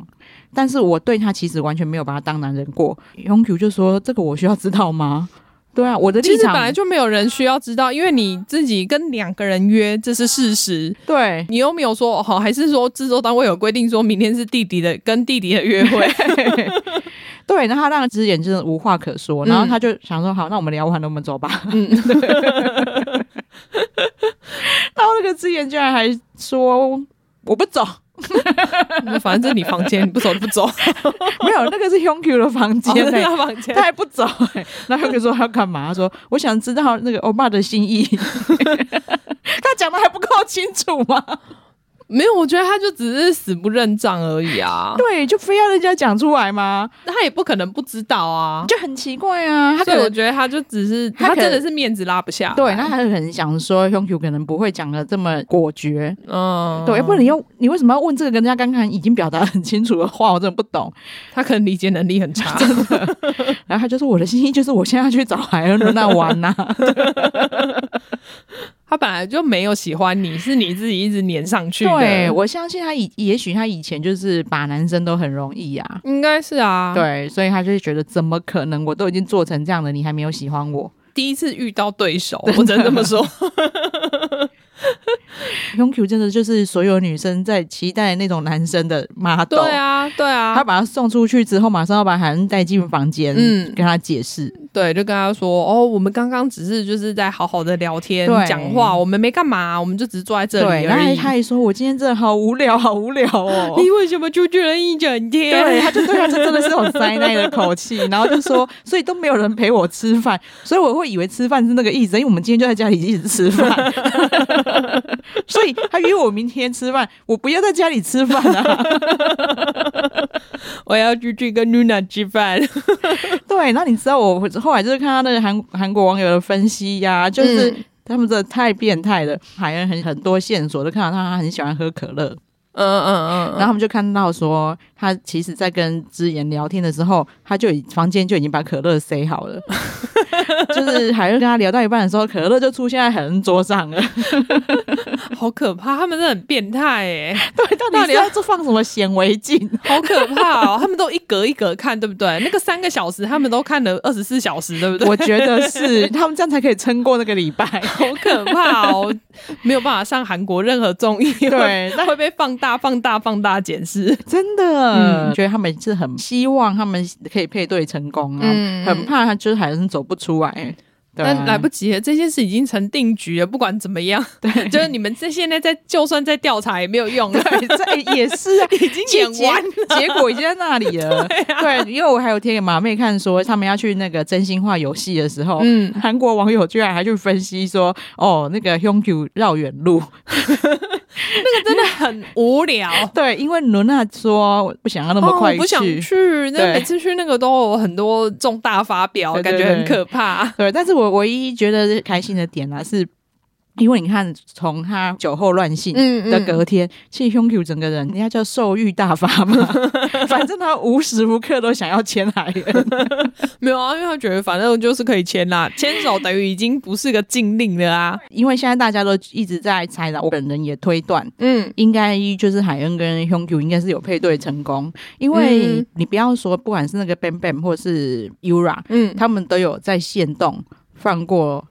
[SPEAKER 2] 但是我对他其实完全没有把他当男人过。永久就说，这个我需要知道吗？对啊，我的
[SPEAKER 1] 其
[SPEAKER 2] 立
[SPEAKER 1] 实
[SPEAKER 2] 场
[SPEAKER 1] 本来就没有人需要知道，因为你自己跟两个人约，这是事实。
[SPEAKER 2] 对，
[SPEAKER 1] 你又没有说哦好，还是说制作单位有规定说明天是弟弟的跟弟弟的约 会？
[SPEAKER 2] 对，然后他让之言真的无话可说，
[SPEAKER 1] 嗯
[SPEAKER 2] 然后他就想说，好，那我们聊完了，我们走吧。嗯， 然后那个之言居然还说我不走，
[SPEAKER 1] 反正这是你房间，你不走就不 走，
[SPEAKER 2] 没有，那个是 HQ 的房间
[SPEAKER 1] 哦那
[SPEAKER 2] 欸
[SPEAKER 1] 要房间
[SPEAKER 2] 他。还不走、欸，然后 HQ 说他要干嘛？他说我想知道那个欧巴的心 意。 他讲的还不够清楚吗？
[SPEAKER 1] 没有，我觉得他就只是死不认账而已啊，
[SPEAKER 2] 对，就非要人家讲出来吗？
[SPEAKER 1] 他也不可能不知道啊。
[SPEAKER 2] 就很奇怪啊。他可
[SPEAKER 1] 所以我
[SPEAKER 2] 能
[SPEAKER 1] 觉得他就只是
[SPEAKER 2] 他
[SPEAKER 1] 他
[SPEAKER 2] 可能
[SPEAKER 1] 真的是面子拉不下来。
[SPEAKER 2] 对，那他可能想说 HQ 可能不会讲的这么果决，
[SPEAKER 1] 嗯，
[SPEAKER 2] 对，要不然你要你为什么要问这个跟人家刚刚已经表达得很清楚的话？我真的不懂。
[SPEAKER 1] 他可能理解能力很 差。
[SPEAKER 2] 然后他就说我的心意就是我现在要去找海恩伦娜玩呐、
[SPEAKER 1] 他本来就没有喜欢你，是你自己一直粘上 去的。
[SPEAKER 2] 对，我相信他以也许他以前就是把男生都很容易啊。
[SPEAKER 1] 应该是啊。，
[SPEAKER 2] 对，所以他就觉得怎么可能？我都已经做成这样了，你还没有喜欢我
[SPEAKER 1] 第一次遇到对手，我只能这么 说。
[SPEAKER 2] ？HQ 真的就是所有女生在期待那种男生的 model。
[SPEAKER 1] 对 啊，对
[SPEAKER 2] 他
[SPEAKER 1] 啊，
[SPEAKER 2] 把他送出去之后，马上要把海恩带进房间，嗯
[SPEAKER 1] 嗯，
[SPEAKER 2] 跟他解释。
[SPEAKER 1] 对，就跟他说哦，我们刚刚只是就是在好好的聊天
[SPEAKER 2] 对
[SPEAKER 1] 讲话，我们没干嘛，我们就只是坐在这
[SPEAKER 2] 对，
[SPEAKER 1] 里
[SPEAKER 2] 然
[SPEAKER 1] 而
[SPEAKER 2] 后
[SPEAKER 1] 已
[SPEAKER 2] 他。还说：“我今天真的好无聊，好无聊哦。”
[SPEAKER 1] 你为什么出去了一整天？
[SPEAKER 2] 对，他就对他就真的是有塞奶的口气，然后就说，所以都没有人陪我吃饭，所以我会以为吃饭是那个意思，因为我们今天就在家里一直吃饭， 所以他约我明天吃饭，我不要在家里吃饭啊。
[SPEAKER 1] 我要出去跟 Luna 吃 饭。
[SPEAKER 2] 对，然后你知道我后来就是看到那个韩韩国网友的分析呀、就是。
[SPEAKER 1] 嗯
[SPEAKER 2] 他们真的太变态了，海恩很很多线索都看到他，他很喜欢喝可乐，
[SPEAKER 1] 嗯嗯嗯，
[SPEAKER 2] 然后他们就看到说，他其实在跟之言聊天的时候，他就已房间就已经把可乐塞好了， 就是海瑞跟他聊到一半的时候，可乐就出现在海恩桌 上了。
[SPEAKER 1] 好可怕，他们真的很变态哎、
[SPEAKER 2] 对，到
[SPEAKER 1] 到
[SPEAKER 2] 底是
[SPEAKER 1] 底要
[SPEAKER 2] 要做放什么显微镜？
[SPEAKER 1] 好可怕哦！他们都一格一格看，对不对？那个三个小时，他们都看了二十四小时，对不对？
[SPEAKER 2] 我觉得是他们这样才可以撑过那个礼拜。
[SPEAKER 1] 好可怕哦，没有办法上韩国任何综艺，
[SPEAKER 2] 对
[SPEAKER 1] 会会被放大、放大、放大检视。
[SPEAKER 2] 真的，
[SPEAKER 1] 嗯
[SPEAKER 2] 觉得他们是很希望他们可以配对成功啊，
[SPEAKER 1] 嗯
[SPEAKER 2] 很怕他就是还是走不出来。对啊、
[SPEAKER 1] 但来不及了，这件事已经成定局了。不管怎么样，对，就是你们这现在在就算在调查也没有用 了。
[SPEAKER 2] 对，这也是 啊，已经
[SPEAKER 1] 演完啊
[SPEAKER 2] 了，结果已经在那里 了。对,、因为我还有贴给马妹看说，他们要去那个真心话游戏的时候，
[SPEAKER 1] 嗯
[SPEAKER 2] 韩国网友居然还去分析说，哦，那个 Hyungju 绕远路，
[SPEAKER 1] 那个真的很无聊，
[SPEAKER 2] 对，因为伦娜说不想要那么
[SPEAKER 1] 哦
[SPEAKER 2] 快
[SPEAKER 1] 我
[SPEAKER 2] 去，
[SPEAKER 1] 不想去。那
[SPEAKER 2] 对
[SPEAKER 1] 每次去那个都有很多重大发表，
[SPEAKER 2] 对
[SPEAKER 1] 感
[SPEAKER 2] 对
[SPEAKER 1] 觉很
[SPEAKER 2] 对
[SPEAKER 1] 可怕。
[SPEAKER 2] 对，但是我唯一觉得开心的点呢、啊，是因为你看，从他酒后乱性
[SPEAKER 1] 嗯
[SPEAKER 2] 的隔天，其实 Hyungkyu 整个人人家叫兽欲大发 嘛，反正他无时无刻都想要牵海恩，
[SPEAKER 1] 没有啊，因为他觉得反正就是可以牵啦，牵手等于已经不是个禁令了啊。
[SPEAKER 2] 因为现在大家都一直在猜啦，我本人也推断。
[SPEAKER 1] 嗯，
[SPEAKER 2] 应该就是海恩跟 Hyungkyu 应该是有配对成功，因为
[SPEAKER 1] 嗯
[SPEAKER 2] 你不要说，不管是那个 Bam Bam 或是 Yura，
[SPEAKER 1] 嗯
[SPEAKER 2] 他们都有在线动放过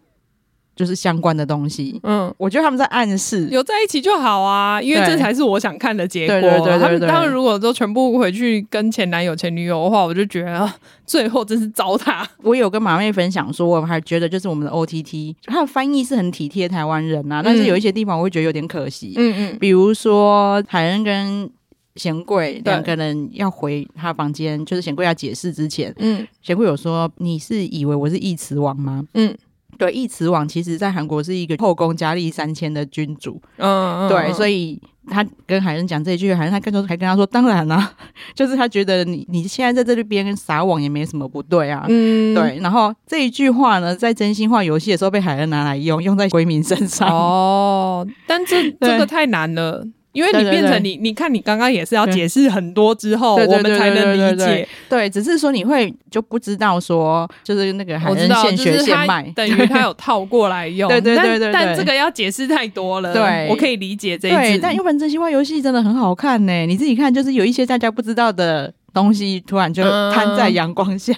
[SPEAKER 2] 就是相关的东西。
[SPEAKER 1] 嗯，
[SPEAKER 2] 我觉得他们在暗示，
[SPEAKER 1] 有在一起就好啊，因为这
[SPEAKER 2] 对
[SPEAKER 1] 才是我想看的结果。
[SPEAKER 2] 对对对对
[SPEAKER 1] 他们
[SPEAKER 2] 对
[SPEAKER 1] 他们如果都全部回去跟前男友、前女友的话，我就觉得啊最后真是糟蹋。
[SPEAKER 2] 我有跟马妹分享说，我还觉得就是我们的 OTT，它的翻译是很体贴台湾人啊，但是有一些地方我会觉得有点可惜，
[SPEAKER 1] 嗯
[SPEAKER 2] 比如说海恩跟贤贵两个人要回他房间，就是贤贵要解释之前，
[SPEAKER 1] 嗯
[SPEAKER 2] 贤贵有说你是以为我是义慈王吗？
[SPEAKER 1] 嗯
[SPEAKER 2] 对，义慈王其实在韩国是一个后宫佳丽三千的君主，
[SPEAKER 1] 嗯嗯
[SPEAKER 2] 对，所
[SPEAKER 1] 以
[SPEAKER 2] 以他跟海恩讲这一句，海恩他跟说还跟他说，当然啦、 就是他觉得你你现在在这边撒网也没什么不对啊，
[SPEAKER 1] 嗯。
[SPEAKER 2] 对，然后这一句话呢，在真心话游戏的时候被海恩拿来用，用在闺蜜身上。
[SPEAKER 1] 哦，但这
[SPEAKER 2] 对
[SPEAKER 1] 这个太难了。因为你
[SPEAKER 2] 对对
[SPEAKER 1] 变成
[SPEAKER 2] 对
[SPEAKER 1] 你，你看你刚刚也是要
[SPEAKER 2] 对
[SPEAKER 1] 解释很多之后，
[SPEAKER 2] 对对
[SPEAKER 1] 我们
[SPEAKER 2] 对
[SPEAKER 1] 才
[SPEAKER 2] 对
[SPEAKER 1] 能
[SPEAKER 2] 对
[SPEAKER 1] 理
[SPEAKER 2] 对
[SPEAKER 1] 解。
[SPEAKER 2] 对，只是说你会就不知道说，就是那个海
[SPEAKER 1] 我知
[SPEAKER 2] 恩
[SPEAKER 1] 道，
[SPEAKER 2] 现
[SPEAKER 1] 就是
[SPEAKER 2] 学
[SPEAKER 1] 他
[SPEAKER 2] 现卖，
[SPEAKER 1] 等于 他有套过来用。
[SPEAKER 2] 对对对
[SPEAKER 1] 但
[SPEAKER 2] 对对
[SPEAKER 1] 但这个要解释太多了，
[SPEAKER 2] 对
[SPEAKER 1] 我可以理解这一
[SPEAKER 2] 对，
[SPEAKER 1] 次。
[SPEAKER 2] 但原本真心话游戏真的很好看呢、你自己看，就是有一些大家不知道的东西，突然就
[SPEAKER 1] 嗯
[SPEAKER 2] 摊在阳光 下，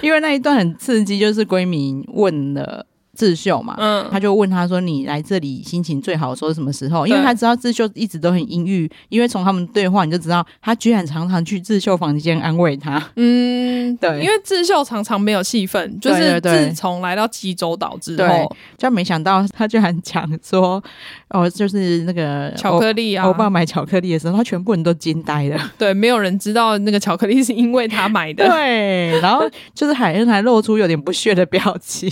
[SPEAKER 2] 因为那一段很刺激，就是闺蜜问了智秀嘛。
[SPEAKER 1] 嗯，
[SPEAKER 2] 他就问他说：“你来这里心情最好的时候是什么时候？”因为
[SPEAKER 1] 对
[SPEAKER 2] 他知道智秀一直都很阴郁，因为从他们对话你就知道，他居然常常去智秀房间安慰他。
[SPEAKER 1] 嗯，
[SPEAKER 2] 对
[SPEAKER 1] 因为智秀常常没有戏份，就是
[SPEAKER 2] 对对对
[SPEAKER 1] 自从来到济州岛之
[SPEAKER 2] 对
[SPEAKER 1] 后，，
[SPEAKER 2] 就没想到他居然讲说：“哦，就是那个
[SPEAKER 1] 巧克力啊
[SPEAKER 2] 欧，巴买巧克力的时候，他全部人都惊呆了。”
[SPEAKER 1] 对，没有人知道那个巧克力是因为他 买 的。
[SPEAKER 2] 对，然后就是海恩还露出有点不屑的表 情，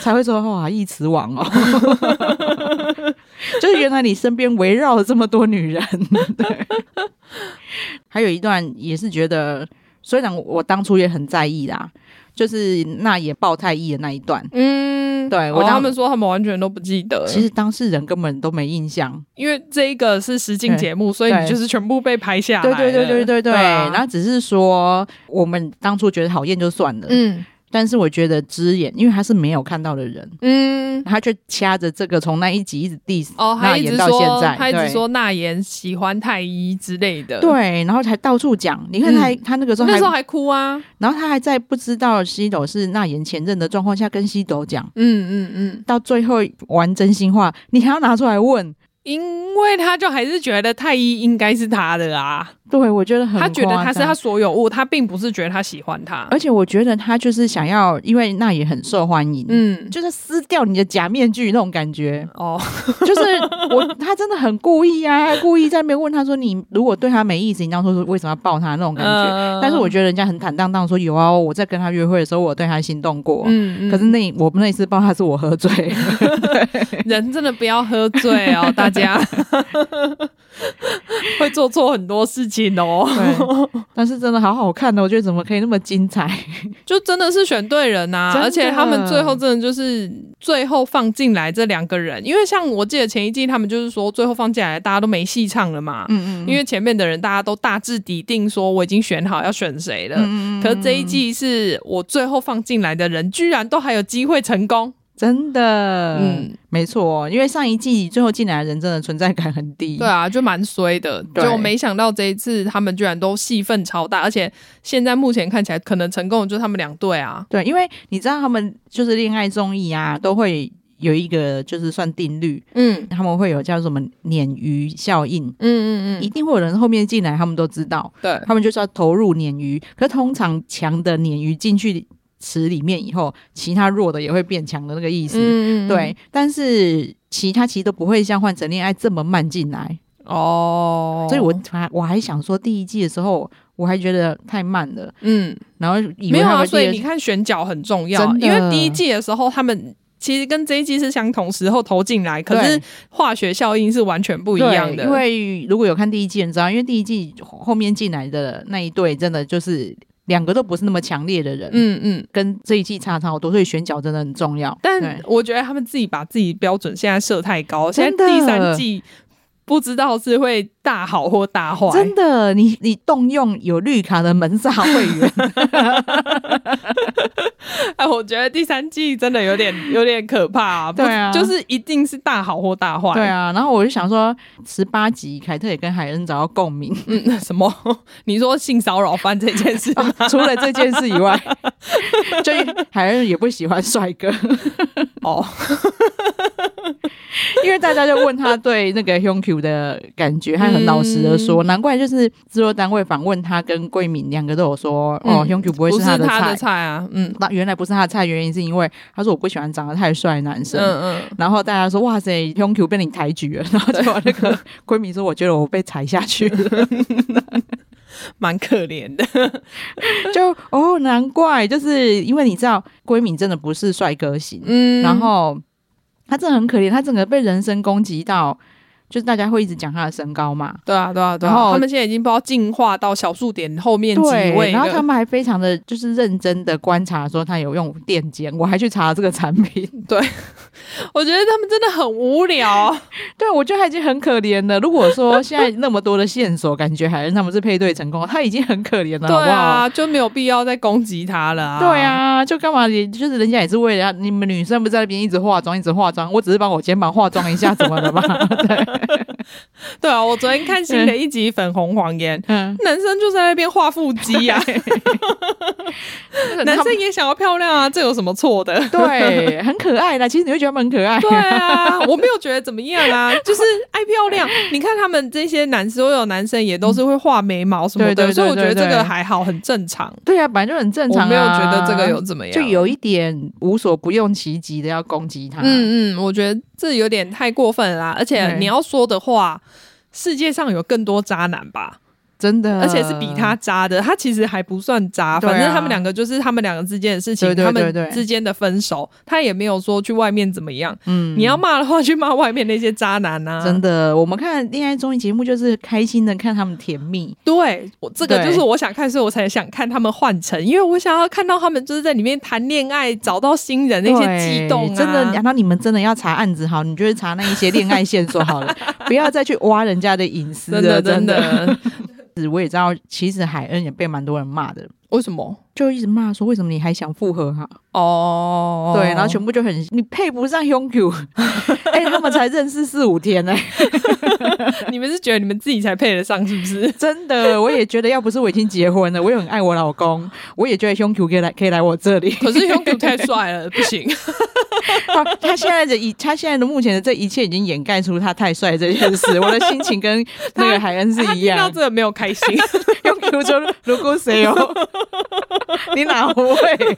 [SPEAKER 2] 才会说哇，一词王哦， 就是原来你身边围绕了这么多女人。 对，还有一段也是觉得，虽然我当初也很在意啦，就是那也爆太意的那一段。
[SPEAKER 1] 嗯，
[SPEAKER 2] 对我
[SPEAKER 1] 哦
[SPEAKER 2] 当
[SPEAKER 1] 他们说他们完全都不记得，
[SPEAKER 2] 其实当事人根本都没印象，
[SPEAKER 1] 因为这一个是实境节目，所以你
[SPEAKER 2] 对
[SPEAKER 1] 就是全部被拍下
[SPEAKER 2] 对
[SPEAKER 1] 来了。
[SPEAKER 2] 对对对对对，
[SPEAKER 1] 啊
[SPEAKER 2] 然后只是说我们当初觉得讨厌就算了，
[SPEAKER 1] 嗯
[SPEAKER 2] 但是我觉得之眼，因为他是没有看到的人，
[SPEAKER 1] 嗯。
[SPEAKER 2] 他却掐着这个从那一集一直 diss
[SPEAKER 1] 哦，他
[SPEAKER 2] 那
[SPEAKER 1] 一直
[SPEAKER 2] 言到现
[SPEAKER 1] 说，
[SPEAKER 2] 在，
[SPEAKER 1] 他一直
[SPEAKER 2] 对
[SPEAKER 1] 说那言喜欢太医之类的，，
[SPEAKER 2] 对，然后才到处讲。你看他、他嗯那个时候
[SPEAKER 1] 那
[SPEAKER 2] 还
[SPEAKER 1] 时，候还哭啊，
[SPEAKER 2] 然后他还在不知道西斗是那言前任的状况下跟西斗讲，
[SPEAKER 1] 嗯嗯嗯，
[SPEAKER 2] 到最后玩真心话，你还要拿出来问。
[SPEAKER 1] 因为他就还是觉得太医应该是他的啊，
[SPEAKER 2] 对，我觉得很
[SPEAKER 1] 他觉得
[SPEAKER 2] 夸
[SPEAKER 1] 他是
[SPEAKER 2] 张
[SPEAKER 1] 他，所有物，他并不是觉得他喜欢他。
[SPEAKER 2] 而且我觉得他就是想要，因为那也很受欢迎，
[SPEAKER 1] 嗯，
[SPEAKER 2] 就是撕掉你的假面具那种感觉。
[SPEAKER 1] 哦，
[SPEAKER 2] 就是我，他真的很故意啊，故意在那边问他说：“你如果对他没意思，你当初是为什么要抱他那种感觉？”
[SPEAKER 1] 嗯
[SPEAKER 2] 但是我觉得人家很坦荡荡说有啊，我在跟他约会的时候，我对他心动过。
[SPEAKER 1] 嗯，嗯
[SPEAKER 2] 可是那我那一次抱他是我喝醉，
[SPEAKER 1] 人真的不要喝醉哦，大家。会做错很多事情哦。
[SPEAKER 2] 对，但是真的好好看的，哦我觉得怎么可以那么精 彩？
[SPEAKER 1] 就真的是选对人呐、
[SPEAKER 2] 真的
[SPEAKER 1] 而且他们最后真的就是最后放进来这两个人，因为像我记得前一季他们就是说最后放进来大家都没戏唱了嘛，
[SPEAKER 2] 嗯
[SPEAKER 1] 因为前面的人大家都大致底定说我已经选好要选谁了，
[SPEAKER 2] 嗯
[SPEAKER 1] 可是这一季是我最后放进来的人，居然都还有机会成功，
[SPEAKER 2] 真的，
[SPEAKER 1] 嗯
[SPEAKER 2] 嗯，没错，因为上一季最后进来的人真的存在感很低，
[SPEAKER 1] 对啊，就蛮衰的，
[SPEAKER 2] 对
[SPEAKER 1] 就没想到这一次他们居然都戏份超大，而且现在目前看起来可能成功的就是他们两队啊，
[SPEAKER 2] 对，因为你知道他们就是恋爱综艺啊，都会有一个就是算定律，
[SPEAKER 1] 嗯
[SPEAKER 2] 他们会有叫什么鲶鱼效应。
[SPEAKER 1] 嗯嗯
[SPEAKER 2] 一定会有人后面进来，他们都知道，
[SPEAKER 1] 对，
[SPEAKER 2] 他们就是要投入鲶鱼。可是通常强的鲶鱼进去池里面以后，其他弱的也会变强的那个意思。
[SPEAKER 1] 嗯
[SPEAKER 2] 对，但是其他其实都不会像换成恋爱这么慢进来，
[SPEAKER 1] 哦，
[SPEAKER 2] 所以我还我还想说第一季的时候，我还觉得太慢了，
[SPEAKER 1] 嗯
[SPEAKER 2] 然后以
[SPEAKER 1] 没
[SPEAKER 2] 为
[SPEAKER 1] 有
[SPEAKER 2] 他
[SPEAKER 1] 啊，
[SPEAKER 2] 们第
[SPEAKER 1] 所以
[SPEAKER 2] 二
[SPEAKER 1] 你看选角很重要啊，
[SPEAKER 2] 真的
[SPEAKER 1] 因为第一季的时候他们。其实跟这一季是相同时候投进来，可是
[SPEAKER 2] 对
[SPEAKER 1] 化学效应是完全不
[SPEAKER 2] 不
[SPEAKER 1] 一样的。
[SPEAKER 2] 因为如果有看第一季，你知道，因为第一季后面进来的那一对，真的就是两个都不是那么强烈的人，
[SPEAKER 1] 嗯嗯，
[SPEAKER 2] 跟这一季差超多，所以选角真的很重要。
[SPEAKER 1] 但
[SPEAKER 2] 对
[SPEAKER 1] 我觉得他们自己把自己标准现在设太高，现
[SPEAKER 2] 真
[SPEAKER 1] 在
[SPEAKER 2] 的
[SPEAKER 1] 第三季不知道是会大好或大坏。
[SPEAKER 2] 真的，你你动用有绿卡的门萨会 员，
[SPEAKER 1] 哎，我觉得第三季真的有点有点可怕、不
[SPEAKER 2] 对啊
[SPEAKER 1] 就是一定是大好或大坏。
[SPEAKER 2] 对，啊， 然后我就想说，十八集凯特也跟海恩找到共鸣，
[SPEAKER 1] 嗯，什么？ 你说性骚扰犯这件事吗？
[SPEAKER 2] 除了这件事以外， 就海恩也不喜欢帅哥，
[SPEAKER 1] 哦，
[SPEAKER 2] 因为大家就问他对那个 HQ 的感觉，他很老实的说，
[SPEAKER 1] 嗯
[SPEAKER 2] 难怪就是制作单位访问他跟桂敏两个都有说，哦
[SPEAKER 1] 嗯
[SPEAKER 2] ，HQ 不会
[SPEAKER 1] 不
[SPEAKER 2] 是
[SPEAKER 1] 是
[SPEAKER 2] 他的
[SPEAKER 1] 他
[SPEAKER 2] 菜
[SPEAKER 1] 的。菜啊，嗯
[SPEAKER 2] 那原来不是他的菜，原因是因为他说我不喜欢长得太帅的男生。
[SPEAKER 1] 嗯嗯。
[SPEAKER 2] 然后大家说：“哇塞，HQ 被你抬举了。”然 后结果那个闺蜜说：“我觉得我被踩下 去了。
[SPEAKER 1] 蛮可怜的。
[SPEAKER 2] 就”哦，难怪，就是因为你知道，闺蜜真的不是帅哥型，
[SPEAKER 1] 嗯
[SPEAKER 2] 然后他真的很可怜，他整个被人身攻击到，就是大家会一直讲他的身高嘛，
[SPEAKER 1] 对啊，对啊，对啊，
[SPEAKER 2] 然后
[SPEAKER 1] 他们现在已经不知道进化到小数点后面几
[SPEAKER 2] 对，
[SPEAKER 1] 位
[SPEAKER 2] 然后他
[SPEAKER 1] 了。
[SPEAKER 2] 们还非常的就是认真的观察，说他有用电剪，我还去查这个产品，
[SPEAKER 1] 我觉得他们真的很 无聊。
[SPEAKER 2] 对我觉得他已经很可怜了。如果 说现在那么多的线索，感觉还是他们是配对成功，他已经很可怜了，
[SPEAKER 1] 对
[SPEAKER 2] 好不好？
[SPEAKER 1] 啊，就没有必要再攻击他了、啊。
[SPEAKER 2] 对，啊，就干嘛？也就是人家也是为了你们女生不是在那边一直化妆，一直化妆。我只是帮我肩膀化妆一下，怎么 了嘛？
[SPEAKER 1] 对啊，我昨天看新的一集《粉红谎言》。
[SPEAKER 2] 嗯，？
[SPEAKER 1] 男生就在那边画腹肌呀、男生也想要漂亮啊，这有什么错的
[SPEAKER 2] 对，很可爱啦。其实你会觉得他们很可爱。
[SPEAKER 1] 对啊，我没有觉得怎么样啊， 就是爱漂亮。你看他们这些男，所有男生也都是会画眉毛什么的，
[SPEAKER 2] 对对对
[SPEAKER 1] 所以我觉得
[SPEAKER 2] 对
[SPEAKER 1] 这
[SPEAKER 2] 对
[SPEAKER 1] 个还好，很正常。
[SPEAKER 2] 对啊，本来就很正常、啊。
[SPEAKER 1] 我没有觉得这个有怎么样，
[SPEAKER 2] 就有一点无所不用其极的要攻击他。
[SPEAKER 1] 嗯嗯，我觉得这有点太过分了啦，而且
[SPEAKER 2] 啊对
[SPEAKER 1] 你要说的话，世界上有更多渣男吧，
[SPEAKER 2] 真的，
[SPEAKER 1] 而且是比他渣的，他其实还不算渣，
[SPEAKER 2] 呃对啊
[SPEAKER 1] 反正他们两个就是他们两个之间的事情，
[SPEAKER 2] 对对对
[SPEAKER 1] 他
[SPEAKER 2] 对
[SPEAKER 1] 们之间的分手，他也没有说去外面怎么样。
[SPEAKER 2] 嗯
[SPEAKER 1] 你要骂的话，去骂外面那些渣男啊呐、
[SPEAKER 2] 真的，我们看恋爱综艺节目就是开心的看他们甜蜜。
[SPEAKER 1] 对我这个
[SPEAKER 2] 对
[SPEAKER 1] 就是我想看，所以我才想看他们换乘，因为我想要看到他们就是在里面谈恋爱、找到新人那些激动、啊，
[SPEAKER 2] 对真的，难道你们真的要查案子好？你就去查那一些恋爱线索好 了，不要再去挖人家的隐私了。
[SPEAKER 1] 真的
[SPEAKER 2] 真
[SPEAKER 1] 真的，
[SPEAKER 2] 我也知道，其实海恩也被蛮多人骂的，
[SPEAKER 1] 为什么？
[SPEAKER 2] 就一直骂说为什么你还想复合哈、
[SPEAKER 1] 哦，
[SPEAKER 2] 对，然后全部就很你配不上 Hyungkyu，哎、 他们才认识四五 天呢、
[SPEAKER 1] 你们是觉得你们自己才配得上，是不是？
[SPEAKER 2] 真的，我也觉得要不是我已经结婚了，我也很爱我老公，我也觉得 Hyungkyu 可以来可以来我这 里。
[SPEAKER 1] 可是 Hyungkyu 太帅了，不 行。
[SPEAKER 2] 他他现在的一，他现在的目前的这一切已经掩盖出他太帅这件事。我的心情跟那个海恩是
[SPEAKER 1] 他
[SPEAKER 2] 一
[SPEAKER 1] 听到
[SPEAKER 2] 样。
[SPEAKER 1] 这个没有开 心，
[SPEAKER 2] 用 Q 说如果谁 哦，你哪会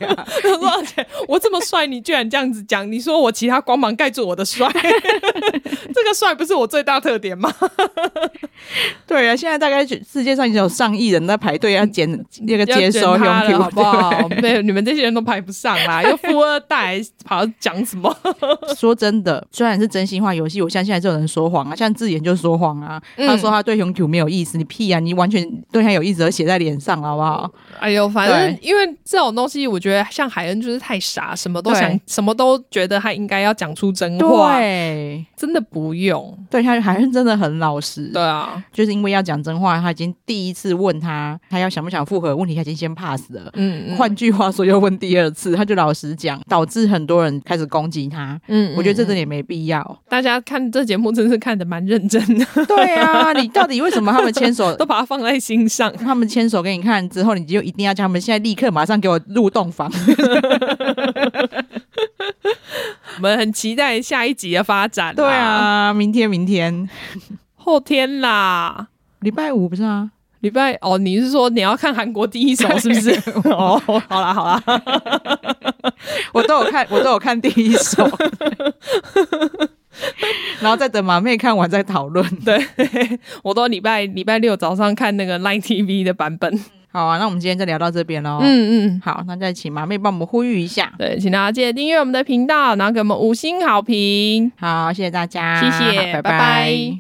[SPEAKER 2] 啊？
[SPEAKER 1] 他说：“而且我这么帅，你居然这样子讲，你 说我其他光芒盖住我的帅，这个帅不是我最大特点吗？
[SPEAKER 2] 对啊，现在大概就世界上已经有上亿人在排队要捡那个
[SPEAKER 1] 要
[SPEAKER 2] 接收
[SPEAKER 1] 卷
[SPEAKER 2] 用
[SPEAKER 1] 他了
[SPEAKER 2] Q，
[SPEAKER 1] 好不好？对，你们这些人都排不上啦，又富二代， 跑到讲什么？
[SPEAKER 2] 说真的，虽然是真心话游戏，我相信还是有人说谎啊。像智妍就说谎啊，他说他对熊 Q 没有意思，你屁啊！你完全对他有意思，而写在脸上了，好不好？
[SPEAKER 1] 哎呦，反正因为这种东西，我觉得像海恩就是太傻，什么都想
[SPEAKER 2] 对，
[SPEAKER 1] 什么都觉得他应该要讲出真话，
[SPEAKER 2] 对，
[SPEAKER 1] 真的不用。
[SPEAKER 2] 对他还是真的很老实。
[SPEAKER 1] 对啊，
[SPEAKER 2] 就是因为要讲真话，他已经第一次问他他要想不想复合的问题，他已经先 pass 了。
[SPEAKER 1] 嗯，嗯
[SPEAKER 2] 换句话说，又问第二次，他就老实讲，导致很多人开始攻击他。
[SPEAKER 1] 嗯
[SPEAKER 2] 我觉得这真
[SPEAKER 1] 里
[SPEAKER 2] 的也没必要。
[SPEAKER 1] 大家看这节目真是看得蛮认真的，
[SPEAKER 2] 对啊，你到底为什么他们牵手
[SPEAKER 1] 都？把它放在心上。
[SPEAKER 2] 他们牵手给你看之后，你就一定要叫他们现在立刻马上给我入洞 房。
[SPEAKER 1] 我们很期待下一集的发展。
[SPEAKER 2] 对，啊，明天明天
[SPEAKER 1] 后天啦，
[SPEAKER 2] 礼拜五不是啊？
[SPEAKER 1] 礼拜哦，你是说你要看韩国第一手是 不是？哦，好啦好啦，
[SPEAKER 2] 我都有看，我都有看第一首， 然后再等马妹看完再讨论。
[SPEAKER 1] 对， 我都礼拜礼拜六早上看那个 Line TV 的版本。
[SPEAKER 2] 好啊，那我们今天就聊到这边喽。，
[SPEAKER 1] 嗯嗯。
[SPEAKER 2] 好，那再请马妹帮我们呼吁一下。
[SPEAKER 1] 对，请大家记得订阅我们的频道，然后给我们五星好评。
[SPEAKER 2] 好，谢谢大家，
[SPEAKER 1] 谢谢
[SPEAKER 2] 拜
[SPEAKER 1] 拜拜